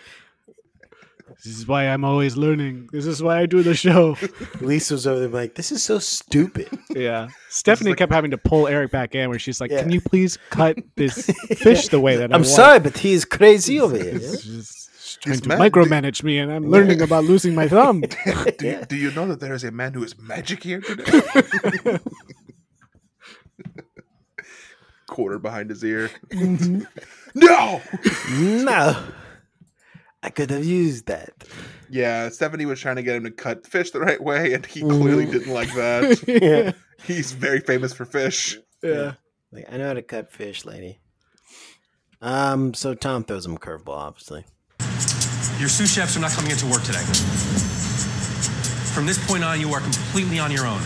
Speaker 3: This is why I'm always learning. This is why I do the show.
Speaker 2: Lisa was over there like, this is so
Speaker 3: [laughs]
Speaker 2: stupid.
Speaker 5: [laughs]
Speaker 3: Yeah. Stephanie kept having to pull Eric back in where she's like, Can you please cut
Speaker 5: [laughs]
Speaker 3: this fish the way that I
Speaker 2: I'm
Speaker 3: want?
Speaker 2: sorry, but he is crazy over
Speaker 3: [laughs]
Speaker 2: here.
Speaker 3: She's trying
Speaker 5: He's
Speaker 3: to
Speaker 5: mad.
Speaker 3: micromanage me and I'm learning about losing my
Speaker 5: [laughs]
Speaker 3: thumb.
Speaker 5: Do, you, do you know that there is a man who is magic here today? [laughs] Quarter behind his ear. Mm-hmm. [laughs] no!
Speaker 2: no. I could have used that.
Speaker 5: Yeah, Stephanie was trying to get him to cut fish the right way, and he clearly didn't like [laughs] that.
Speaker 2: Yeah.
Speaker 5: He's very famous for fish.
Speaker 3: yeah.
Speaker 2: Like, I know how to cut fish, lady. Um, so Tom throws him a curveball, obviously.
Speaker 11: Your sous chefs are not coming into work today. From this point on, you are completely on your own.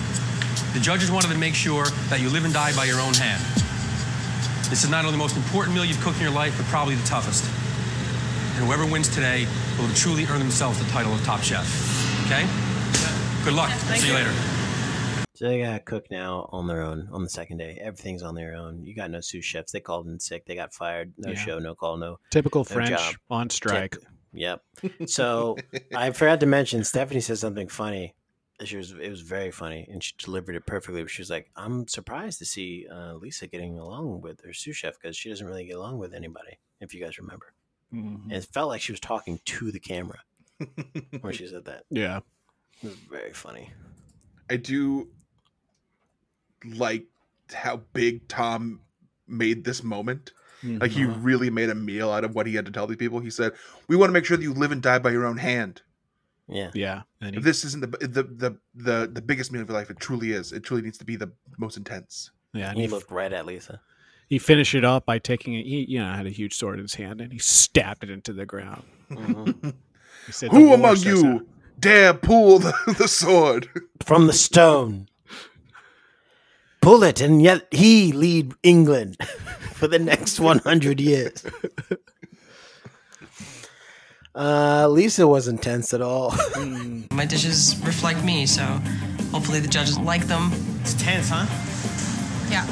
Speaker 11: The judges wanted to make sure that you live and die by your own hand. This is not only the most important meal you've cooked in your life, but probably the toughest. And whoever wins today will truly earn themselves the title of top chef. Okay? Good luck. See you later.
Speaker 2: So they gotta cook now on their own on the second day. Everything's on their own. You got no sous chefs. They called in sick. They got fired. No
Speaker 3: Yeah.
Speaker 2: show, no call, no.
Speaker 3: Typical
Speaker 2: No
Speaker 3: French
Speaker 2: job.
Speaker 3: on strike.
Speaker 2: Yep. So I forgot to mention Stephanie said something funny. She was it was very funny, and she delivered it perfectly. But she was like, "I'm surprised to see uh, Lisa getting along with her sous chef because she doesn't really get along with anybody." If you guys remember,
Speaker 5: Mm-hmm.
Speaker 2: and it felt like she was talking to the camera when she said that.
Speaker 3: Yeah.
Speaker 2: It was very funny.
Speaker 5: I do like how big Tom made this moment. Like
Speaker 3: Mm-hmm.
Speaker 5: he really made a meal out of what he had to tell these people. He said, "We want to make sure that you live and die by your own hand.
Speaker 2: Yeah.
Speaker 3: Yeah. And
Speaker 5: If
Speaker 3: he-
Speaker 5: this isn't the the the the, the biggest meal of your life, it truly is. It truly needs to be the most intense."
Speaker 3: yeah. and
Speaker 2: He
Speaker 3: he,
Speaker 2: looked right at Lisa.
Speaker 3: he finished it up by taking it. He, you know, had a huge sword in his hand and he stabbed it into the ground.
Speaker 2: Mm-hmm. [laughs]
Speaker 3: He said, "The
Speaker 5: Who
Speaker 3: war
Speaker 5: among
Speaker 3: says
Speaker 5: you
Speaker 3: that."
Speaker 5: dare pull the, [laughs] the sword?
Speaker 2: From the stone, pull it, and yet he lead England [laughs] for the next one hundred [laughs] years. Uh, Lisa wasn't tense at all. [laughs]
Speaker 8: My dishes reflect me, so hopefully the judges like them.
Speaker 11: It's tense, huh?
Speaker 6: Yeah.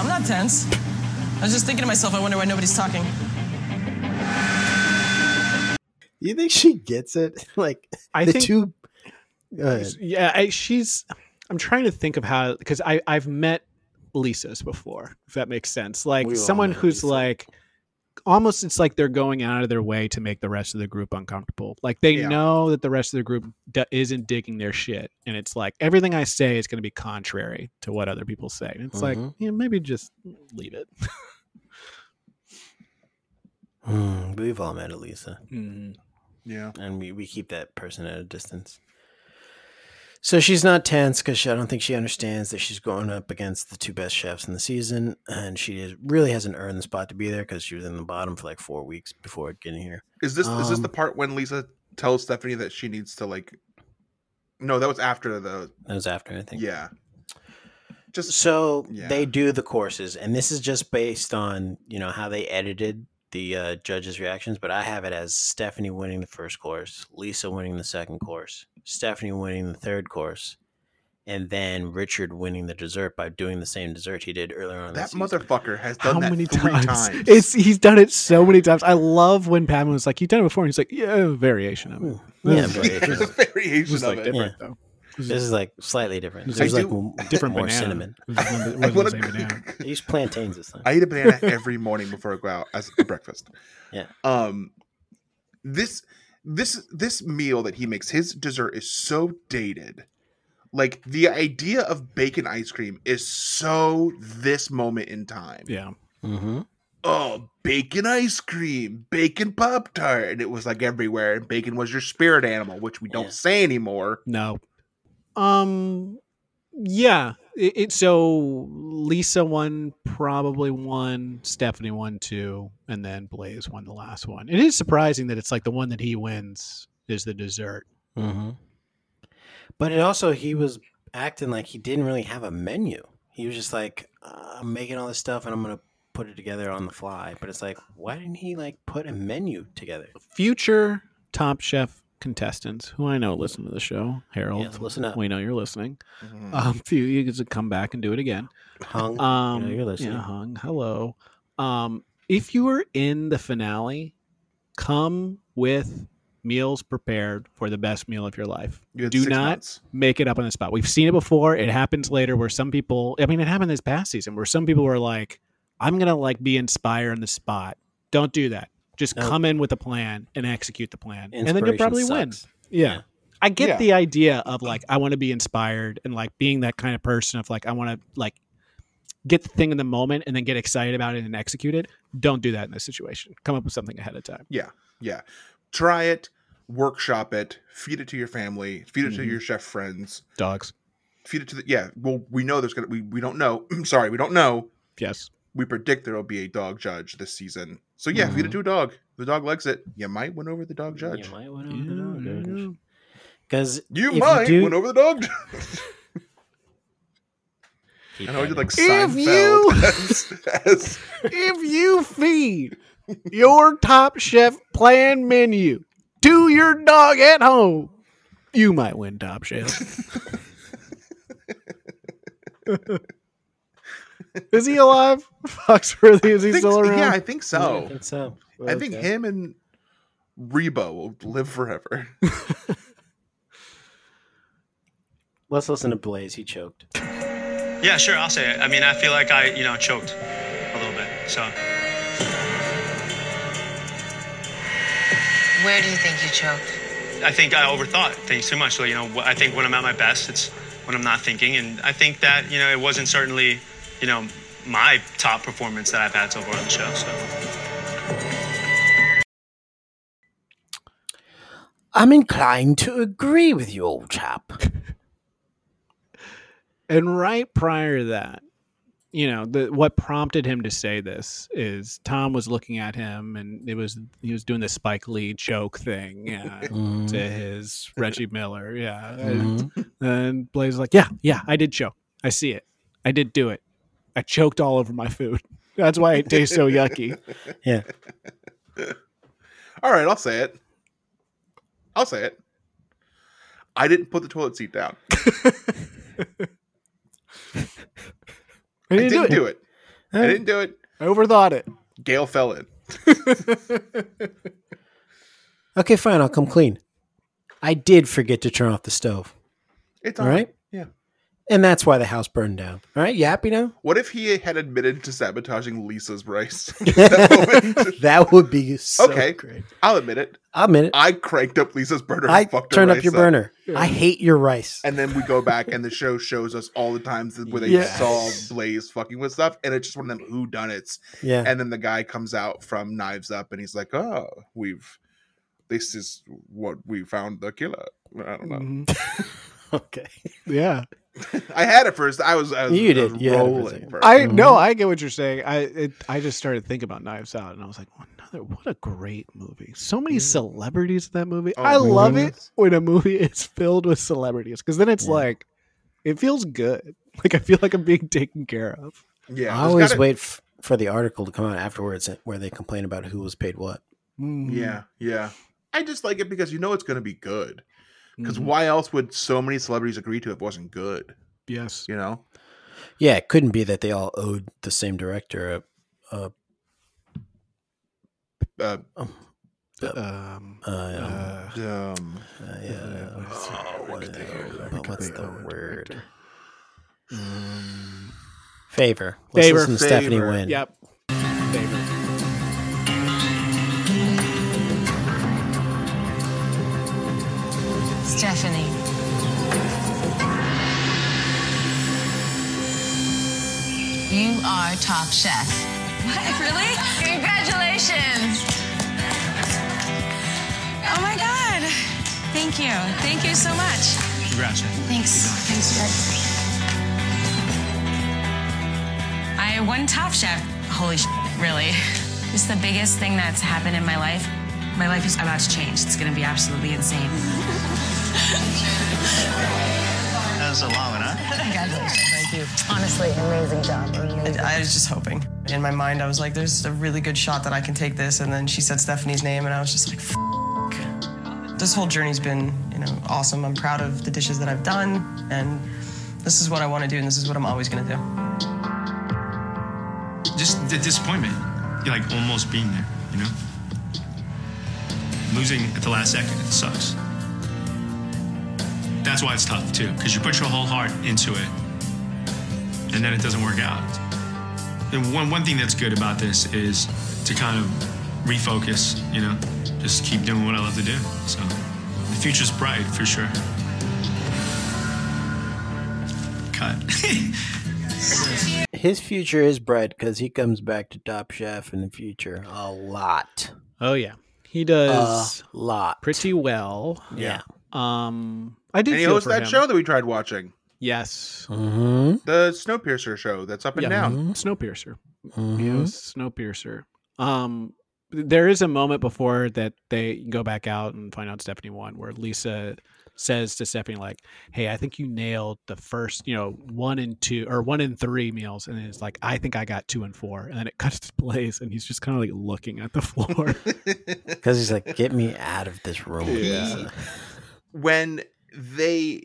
Speaker 8: I'm not tense. I was just thinking to myself, I wonder why nobody's talking.
Speaker 2: You think she gets it? [laughs] Like
Speaker 3: I
Speaker 2: the
Speaker 3: think-
Speaker 2: two. Go ahead.
Speaker 3: Yeah, I, she's. I'm trying to think of how because I I've met Lisa's before, if that makes sense. Like
Speaker 2: We all
Speaker 3: someone
Speaker 2: met
Speaker 3: who's
Speaker 2: Lisa.
Speaker 3: like almost it's like they're going out of their way to make the rest of the group uncomfortable. Like they
Speaker 5: Yeah.
Speaker 3: know that the rest of the group d- isn't digging their shit, and it's like everything I say is going to be contrary to what other people say. And it's like
Speaker 2: Mhm.
Speaker 5: Mm-hmm.
Speaker 3: yeah, maybe just leave it.
Speaker 2: Hmm, we've all met Elisa,
Speaker 5: Mm-hmm. Yeah,
Speaker 2: and we, we keep that person at a distance. So she's not tense because I don't think she understands that she's going up against the two best chefs in the season, and she is, really hasn't earned the spot to be there because she was in the bottom for like four weeks before getting here.
Speaker 5: is this is this
Speaker 2: Um,
Speaker 5: the part when Lisa tells Stephanie that she needs to like? No, that was after the
Speaker 2: That was after I think.
Speaker 5: yeah. Just
Speaker 2: So
Speaker 5: Yeah.
Speaker 2: they do the courses, and this is just based on you know how they edited the uh, judges' reactions. But I have it as Stephanie winning the first course, Lisa winning the second course, Stephanie winning the third course, and then Richard winning the dessert by doing the same dessert he did earlier on. in the
Speaker 5: that
Speaker 2: season.
Speaker 5: motherfucker has done that three times. [laughs]
Speaker 3: It's he's done it so many times. I love when Pam was like, "You've done it before." And he's like, "Yeah, a variation of it."
Speaker 2: Yeah,
Speaker 3: This is-
Speaker 2: variation
Speaker 3: this
Speaker 5: There's
Speaker 2: of
Speaker 5: a
Speaker 3: is-
Speaker 5: variation
Speaker 3: this is,
Speaker 5: of
Speaker 3: like
Speaker 5: it.
Speaker 3: different though.
Speaker 2: This is like slightly different.
Speaker 3: It's
Speaker 2: There's
Speaker 5: like
Speaker 2: like
Speaker 5: do-
Speaker 3: [laughs]
Speaker 2: m-
Speaker 3: different
Speaker 2: more
Speaker 3: banana.
Speaker 2: cinnamon.
Speaker 3: It was [laughs] one of the- it
Speaker 5: I
Speaker 3: wasn't the
Speaker 5: want
Speaker 3: same banana.
Speaker 5: to.
Speaker 2: They used plantains this time.
Speaker 5: I eat a banana every morning before I go out as a breakfast.
Speaker 2: [laughs] Yeah.
Speaker 5: Um, this this this meal that he makes, his dessert is so dated. Like the idea of bacon ice cream is so this moment in time.
Speaker 3: Yeah,
Speaker 2: mm-hmm.
Speaker 5: Oh, bacon ice cream, bacon pop tart, and it was like everywhere. And bacon was your spirit animal, which we don't
Speaker 2: Yeah.
Speaker 5: say anymore.
Speaker 3: no. Um, yeah. It, it so Lisa won, probably won. Stephanie won two, and then Blaze won the last one. It is surprising that it's like the one that he wins is the dessert.
Speaker 2: Mm-hmm. But it also he was acting like he didn't really have a menu. He was just like, uh, I'm making all this stuff and I'm gonna put it together on the fly. But it's like, why didn't he like put a menu together?
Speaker 3: Future Top Chef contestants who I know listen to the show, Harold.
Speaker 2: Yes, listen up.
Speaker 3: We know you're listening.
Speaker 2: Mm-hmm.
Speaker 3: Um, [laughs] few you can come back and do it again.
Speaker 2: [laughs] Hung.
Speaker 3: Um,
Speaker 2: you're
Speaker 3: yeah,
Speaker 2: listening.
Speaker 3: hung. Hello. Um, if you are in the finale, come with meals prepared for the best meal of your life.
Speaker 5: You had
Speaker 3: Do
Speaker 5: six
Speaker 3: not
Speaker 5: months.
Speaker 3: make it up on the spot. We've seen it before. It happens later where some people, I mean, it happened this past season where some people were like, I'm going to like be inspired on the spot. Don't do that. Just
Speaker 2: No.
Speaker 3: come in with a plan and execute the plan. And then you'll probably win. Yeah. I get
Speaker 2: Yeah.
Speaker 3: the idea of like, I want to be inspired and like being that kind of person of like, I want to like get the thing in the moment and then get excited about it and execute it. Don't do that in this situation. Come up with something ahead of time.
Speaker 5: Yeah, yeah. Try it, workshop it, feed it to your family, feed it to
Speaker 2: Mm-hmm.
Speaker 3: Mhm.
Speaker 5: your chef friends,
Speaker 3: Dogs.
Speaker 5: feed it to the yeah. Well, we know there's gonna we we don't know. [clears throat] sorry, we don't know.
Speaker 3: Yes,
Speaker 5: we predict there will be a dog judge this season. So yeah, feed it
Speaker 2: Mhm.
Speaker 5: to a dog. If the dog likes it. You might win over the dog judge. You
Speaker 2: might win over the dog judge. Because
Speaker 5: You might
Speaker 2: do,
Speaker 5: win over the dog. judge.
Speaker 2: Keep
Speaker 5: I know I
Speaker 2: that in.
Speaker 5: did like
Speaker 3: If
Speaker 5: Seinfeld. [laughs] as- as-
Speaker 3: if you feed your top chef plan menu to your dog at home, you might win top chef. [laughs] is he alive? Foxworthy, is he
Speaker 5: think
Speaker 3: still
Speaker 5: so-
Speaker 3: around?
Speaker 5: Yeah, I think so.
Speaker 2: I think so.
Speaker 5: I think
Speaker 2: Okay.
Speaker 5: him and Rebo will live forever. [laughs]
Speaker 2: Let's listen to Blaze. He choked.
Speaker 10: Yeah, sure, I'll say it. I mean, I feel like I, you know, choked a little bit. So
Speaker 7: Where do you think you choked?
Speaker 10: I think I overthought things too much. So, you know, wh- I think when I'm at my best, it's when I'm not thinking. And I think that, you know, it wasn't certainly, you know, my top performance that I've had so far on the show. So
Speaker 2: I'm inclined to agree with you, old chap.
Speaker 3: And right prior to that, you know, the, what prompted him to say this is Tom was looking at him and it was he was doing the Spike Lee choke thing yeah,
Speaker 2: Mhm.
Speaker 3: to his Reggie Miller. Yeah.
Speaker 2: Mhm.
Speaker 3: And, and Blaze was like, Yeah, yeah, I did choke. I see it. I did do it. I choked all over my food. [laughs] That's why it tastes so yucky.
Speaker 2: [laughs] Yeah.
Speaker 5: All right, I'll say it. I'll say it. I didn't put the toilet seat down. I
Speaker 3: didn't
Speaker 5: didn't,
Speaker 3: do it.
Speaker 5: do it. I
Speaker 3: Hey.
Speaker 5: didn't do it.
Speaker 3: I overthought it.
Speaker 5: Gail fell in.
Speaker 2: Okay, fine. I'll come clean. I did forget to turn off the stove.
Speaker 5: It's
Speaker 2: all right.
Speaker 5: Yeah.
Speaker 2: And that's why the house burned down. All right. You happy now?
Speaker 5: What if he had admitted to sabotaging
Speaker 2: [laughs]
Speaker 5: Lisa's rice?
Speaker 2: that would be so
Speaker 5: okay,
Speaker 2: great.
Speaker 5: I'll admit it.
Speaker 2: I'll admit it.
Speaker 5: I cranked up Lisa's burner.
Speaker 2: I
Speaker 5: and fucked her
Speaker 2: turned up
Speaker 5: rice
Speaker 2: your burner. I hate your rice.
Speaker 5: And then we go back, and the show shows us all the times where they
Speaker 2: Yes.
Speaker 5: saw Blaze fucking with stuff, and it's just one of them who done it.
Speaker 2: Yeah.
Speaker 5: And then the guy comes out from Knives Up, and he's like, "Oh, we've this is what we found the killer." I don't know.
Speaker 2: [laughs] Mm-hmm. Okay.
Speaker 3: Yeah.
Speaker 5: I had it first. I was, I was,
Speaker 2: You
Speaker 5: I was
Speaker 2: did. You had it for a
Speaker 5: rolling
Speaker 2: second.
Speaker 5: first.
Speaker 3: I no, I get what you're saying. I it, I just started thinking about Knives Out, and I was like, "What another what a great movie! So many celebrities in that movie.
Speaker 5: Oh
Speaker 3: I
Speaker 5: my
Speaker 3: love it
Speaker 5: goodness.
Speaker 3: when a movie [laughs] is filled with celebrities because then it's like, it feels good. [laughs] Like I feel like I'm being [laughs] taken care of.
Speaker 5: yeah,
Speaker 2: I
Speaker 5: there's
Speaker 2: always
Speaker 5: gotta-
Speaker 2: wait f- for the article to come out afterwards where they complain about who was paid what.
Speaker 3: Mm-hmm.
Speaker 5: Yeah, yeah. I just like it because you know it's going to be good. Because
Speaker 3: Mhm.
Speaker 5: why else would so many celebrities agree to it wasn't good?
Speaker 3: Yes.
Speaker 5: You know,
Speaker 2: Yeah, it couldn't be that they all owed the same director a, a,
Speaker 5: uh,
Speaker 3: Um.
Speaker 2: a um,
Speaker 3: uh,
Speaker 5: um,
Speaker 2: uh, yeah, oh, what is the- but what's the word? Mm, Favor. Let's
Speaker 3: Favor.
Speaker 2: listen to Stephanie
Speaker 5: Favor.
Speaker 2: Wynn.
Speaker 3: Yep. Favorite.
Speaker 7: Stephanie. You are top
Speaker 6: [laughs]
Speaker 7: chef. What, really? Congratulations.
Speaker 6: Oh my God. Thank you. Thank you so much.
Speaker 9: Congrats, Jeff.
Speaker 7: Thanks. Thanks, Jed.
Speaker 6: I won Top Chef. Holy sh! really. It's the biggest thing that's happened in my life. My life is about to change. It's gonna be absolutely insane.
Speaker 10: that was a long one, huh?
Speaker 7: Congratulations. Thank you. Honestly, amazing job. Amazing.
Speaker 8: I was just hoping. In my mind, I was like, there's a really good shot that I can take this. And then she said Stephanie's name, and I was just like, F-. This whole journey's been, you know, awesome. I'm proud of the dishes that I've done, and this is what I want to do, and this is what I'm always going to do.
Speaker 9: Just the disappointment. You're like almost being there, you know? Losing at the last second it sucks. That's why it's tough too, because you put your whole heart into it, and then it doesn't work out. And one one thing that's good about this is to kind of refocus. You know, just keep doing what I love to do. So the future's bright for sure. Cut. [laughs]
Speaker 2: His future is bright because he comes back to Top Chef in the future a lot.
Speaker 3: Oh yeah, he does
Speaker 2: a lot,
Speaker 3: pretty well.
Speaker 2: Yeah.
Speaker 3: Um, I did.
Speaker 5: And he
Speaker 3: feel
Speaker 5: hosts
Speaker 3: for
Speaker 5: that
Speaker 3: him.
Speaker 5: show that we tried watching,
Speaker 3: Yes.
Speaker 2: Mm-hmm.
Speaker 5: the Snowpiercer show that's up and
Speaker 3: yeah.
Speaker 5: down.
Speaker 3: Snowpiercer.
Speaker 2: Mhm.
Speaker 5: Mm-hmm.
Speaker 3: You know, Snowpiercer. Um, th- there is a moment before that they go back out and find out Stephanie won, where Lisa says to Stephanie, like, "Hey, I think you nailed the first, you know, one and two or one and three meals," and then it's like, "I think I got two and four. and then it [laughs] cuts to Blaze, and he's just kind of like looking at the floor.
Speaker 2: Because he's like, get me out of this room.
Speaker 5: Yeah.
Speaker 2: Lisa."
Speaker 5: when they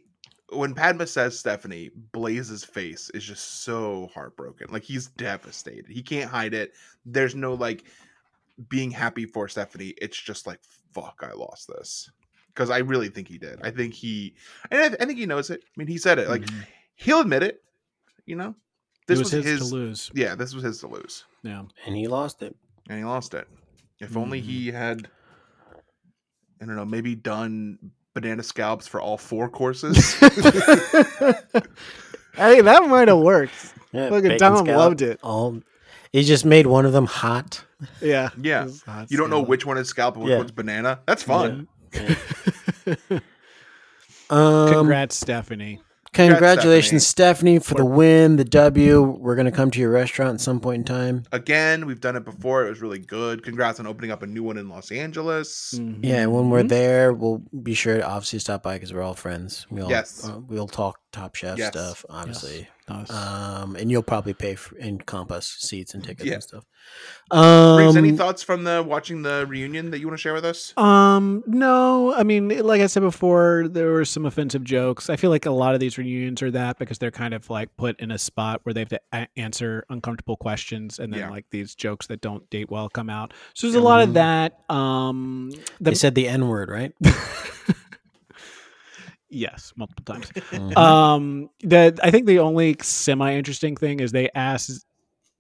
Speaker 5: when Padma says Stephanie, Blaze's face is just so heartbroken. Like he's devastated. He can't hide it. There's no like being happy for Stephanie. It's just like fuck, I lost this. Cuz I really think he did. I think he and I, I think he knows it. I mean, he said it. Like he'll admit it, you know? [laughs] This
Speaker 3: Mm-hmm. it
Speaker 5: was, his,
Speaker 3: to lose.
Speaker 5: Yeah, this was his to lose.
Speaker 3: Yeah,
Speaker 2: And he lost it.
Speaker 5: And he lost it. If only he
Speaker 2: Mm-hmm.
Speaker 5: had I don't know, maybe done banana scallops for all four
Speaker 2: [laughs]
Speaker 5: courses.
Speaker 3: hey, that might have worked.
Speaker 2: Yeah,
Speaker 3: Look,
Speaker 2: bacon
Speaker 3: Dom
Speaker 2: scallop,
Speaker 3: loved it.
Speaker 2: All, he just made one of them hot.
Speaker 3: Yeah,
Speaker 5: Yeah.
Speaker 3: It's hot
Speaker 5: you don't know
Speaker 3: scallop.
Speaker 5: which one is scallop and which
Speaker 2: Yeah.
Speaker 5: one's banana. That's fun.
Speaker 2: Um,
Speaker 3: Congrats, Stephanie.
Speaker 2: Congratulations, Stephanie. for the win, the W. We're gonna come to your restaurant at some point in time.
Speaker 5: Again, we've done it before. It was really good. Congrats on opening up a new one in Los Angeles.
Speaker 2: Yeah, and when we're there, we'll be sure to obviously stop by because we're all friends. We'll,
Speaker 5: Yes.
Speaker 2: uh, we'll talk Top Chef
Speaker 5: Yes.
Speaker 2: stuff, obviously.
Speaker 3: Nice.
Speaker 5: uh,
Speaker 2: Um, and you'll probably pay for, and comp us seats and tickets
Speaker 5: Yeah.
Speaker 2: and stuff. Um,
Speaker 5: Reeves, any thoughts from the watching the reunion that you want to share with us?
Speaker 3: Um, no, I mean, like I said before, there were some offensive jokes. I feel like a lot of these reunions are that because they're kind of like put in a spot where they have to a- answer uncomfortable questions, and then
Speaker 5: Yeah.
Speaker 3: like these jokes that don't date well come out. So there's a lot of that. Um, the,
Speaker 2: they said the N word, right?
Speaker 3: yes, multiple
Speaker 2: [laughs]
Speaker 3: times. um, the I think the only semi interesting thing is they asked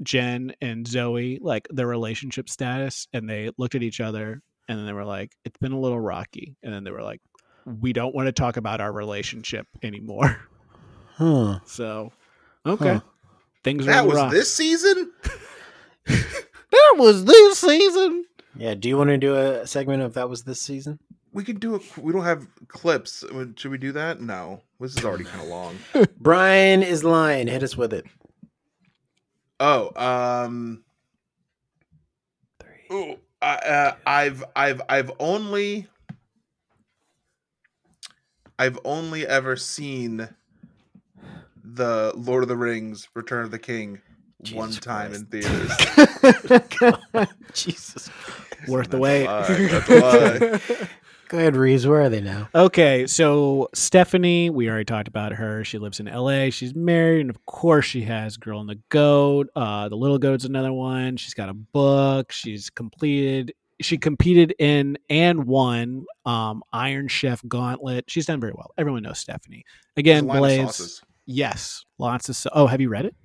Speaker 3: Jen and Zoe like their relationship status, and they looked at each other, and then they were like, "It's been a little rocky," and then they were like, "We don't want to talk about our relationship anymore." [laughs]
Speaker 2: huh.
Speaker 3: So, okay,
Speaker 2: Huh.
Speaker 3: things are
Speaker 5: That
Speaker 3: on the
Speaker 5: was
Speaker 3: rocks.
Speaker 5: this season?
Speaker 2: That was this season. Yeah. Do you want to do a segment of that was this season?
Speaker 5: We could do it. We don't have clips. Would- Should we do that? No. This is already kind of long.
Speaker 2: Brian is lying. Hit us with it.
Speaker 5: Oh, um, ooh, I, uh, I've, I've, I've only, I've only ever seen the Lord of the Rings: Return of the King one
Speaker 2: Jesus
Speaker 5: time in
Speaker 2: Christ.
Speaker 5: theaters.
Speaker 2: Jesus.
Speaker 3: Worth the
Speaker 5: That's a
Speaker 3: wait. [laughs]
Speaker 5: lie, that's a lie.
Speaker 2: Go ahead, Reeves. Where are they now?
Speaker 3: Okay, so Stephanie, we already talked about her. She lives in LA. She's married, and of course, she has Girl and the Goat. Uh, the Little Goat's another one. She's got a book. She's completed. She competed in and won um, Iron Chef Gauntlet. She's done very well. Everyone knows Stephanie.
Speaker 5: There's a
Speaker 3: Again,
Speaker 5: line of
Speaker 3: Blaze.
Speaker 5: sauces.
Speaker 3: Yes, lots of. So- oh, have you read it?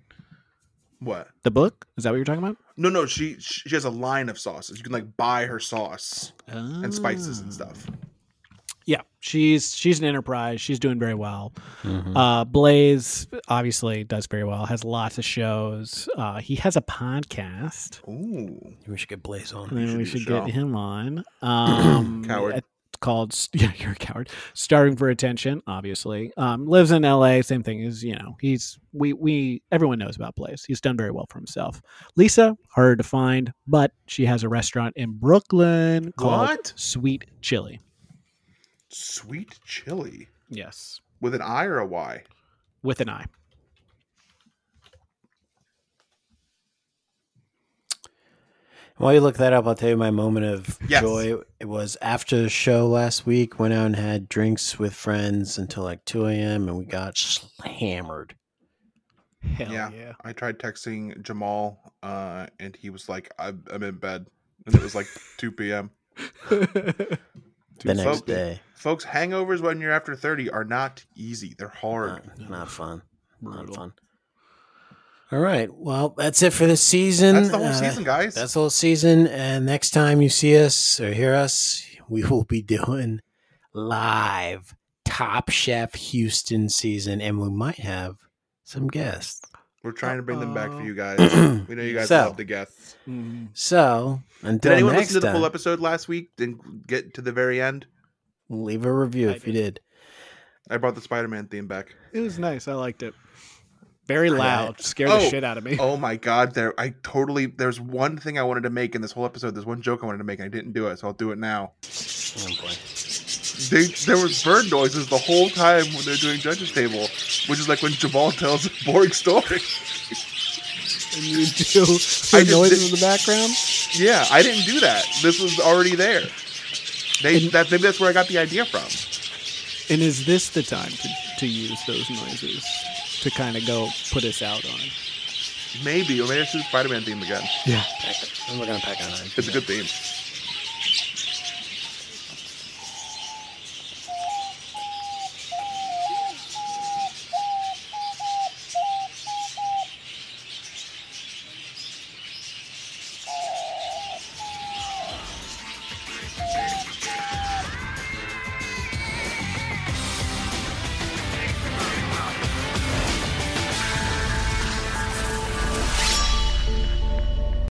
Speaker 5: What?
Speaker 3: The book? Is that what you're talking about?
Speaker 5: No, no. She she has a line of sauces. You can like buy her sauce and spices and stuff.
Speaker 3: yeah she's she's an enterprise she's doing very well uh blaze obviously does very well has lots of shows uh he has a podcast
Speaker 5: Ooh,
Speaker 2: We should get Blaze on.
Speaker 3: Maybe
Speaker 5: should
Speaker 3: we
Speaker 5: do the
Speaker 3: should get
Speaker 5: show.
Speaker 3: him
Speaker 5: [clears throat]
Speaker 3: on um
Speaker 5: Coward.
Speaker 3: it's called [laughs] yeah you're a coward starving for attention obviously um lives in la same thing as you know he's we we everyone knows about blaze he's done very well for himself lisa harder to find but she has a restaurant in brooklyn called
Speaker 5: What?
Speaker 3: sweet chili
Speaker 5: sweet chili
Speaker 3: yes
Speaker 5: with an I or a Y.
Speaker 3: with an eye
Speaker 2: While you look that up, I'll tell you my moment of
Speaker 5: Yes.
Speaker 2: joy. It was after the show last week. Went out and had drinks with friends until like 2 a.m. and we got hammered.
Speaker 3: Hell
Speaker 5: Yeah.
Speaker 3: yeah.
Speaker 5: I tried texting Jamal, uh, and he was like, I'm, I'm in bed. And it was like 2 p.m.
Speaker 2: the next
Speaker 5: folks,
Speaker 2: day.
Speaker 5: Folks, hangovers when you're after 30 are not easy. They're hard.
Speaker 2: Not, fun. Not fun. All right. Well, that's it for this season.
Speaker 5: That's the whole season, guys.
Speaker 2: uh, That's the whole season. And next time you see us or hear us, we will be doing live Top Chef Houston season, and we might have some guests.
Speaker 5: We're trying to bring them back for
Speaker 2: [clears throat]
Speaker 5: you guys. we know you guys
Speaker 2: So-
Speaker 5: love the guests.
Speaker 2: So
Speaker 5: Did
Speaker 2: until
Speaker 5: anyone
Speaker 2: next uh,
Speaker 5: listen to the
Speaker 2: time,
Speaker 5: full episode last week? Didn't get to the very end.
Speaker 2: leave a review if you did.
Speaker 5: I brought the Spider-Man theme back.
Speaker 3: It was nice. I liked it. Very loud. Scared the
Speaker 5: Oh,
Speaker 3: shit out of me.
Speaker 5: Oh my god! There, I totally. There's one thing I wanted to make in this whole episode. There's one joke I wanted to make, and I didn't do it, so I'll do it now. They, there was bird noises the whole time when they're doing judges table, which is like when Jamal tells a boring story.
Speaker 3: [laughs]
Speaker 5: [laughs]
Speaker 3: And you do
Speaker 5: I
Speaker 3: the
Speaker 5: just
Speaker 3: noises
Speaker 5: did-
Speaker 3: in the background.
Speaker 5: Yeah, I didn't do that. This was already there. They that maybe that's where I got the idea from.
Speaker 3: And is this the time to, to use those noises to kind of go put us out on?
Speaker 5: Maybe or maybe I should do Spider-Man theme again.
Speaker 3: Yeah.
Speaker 2: And we're gonna pack on.
Speaker 5: It's a good theme.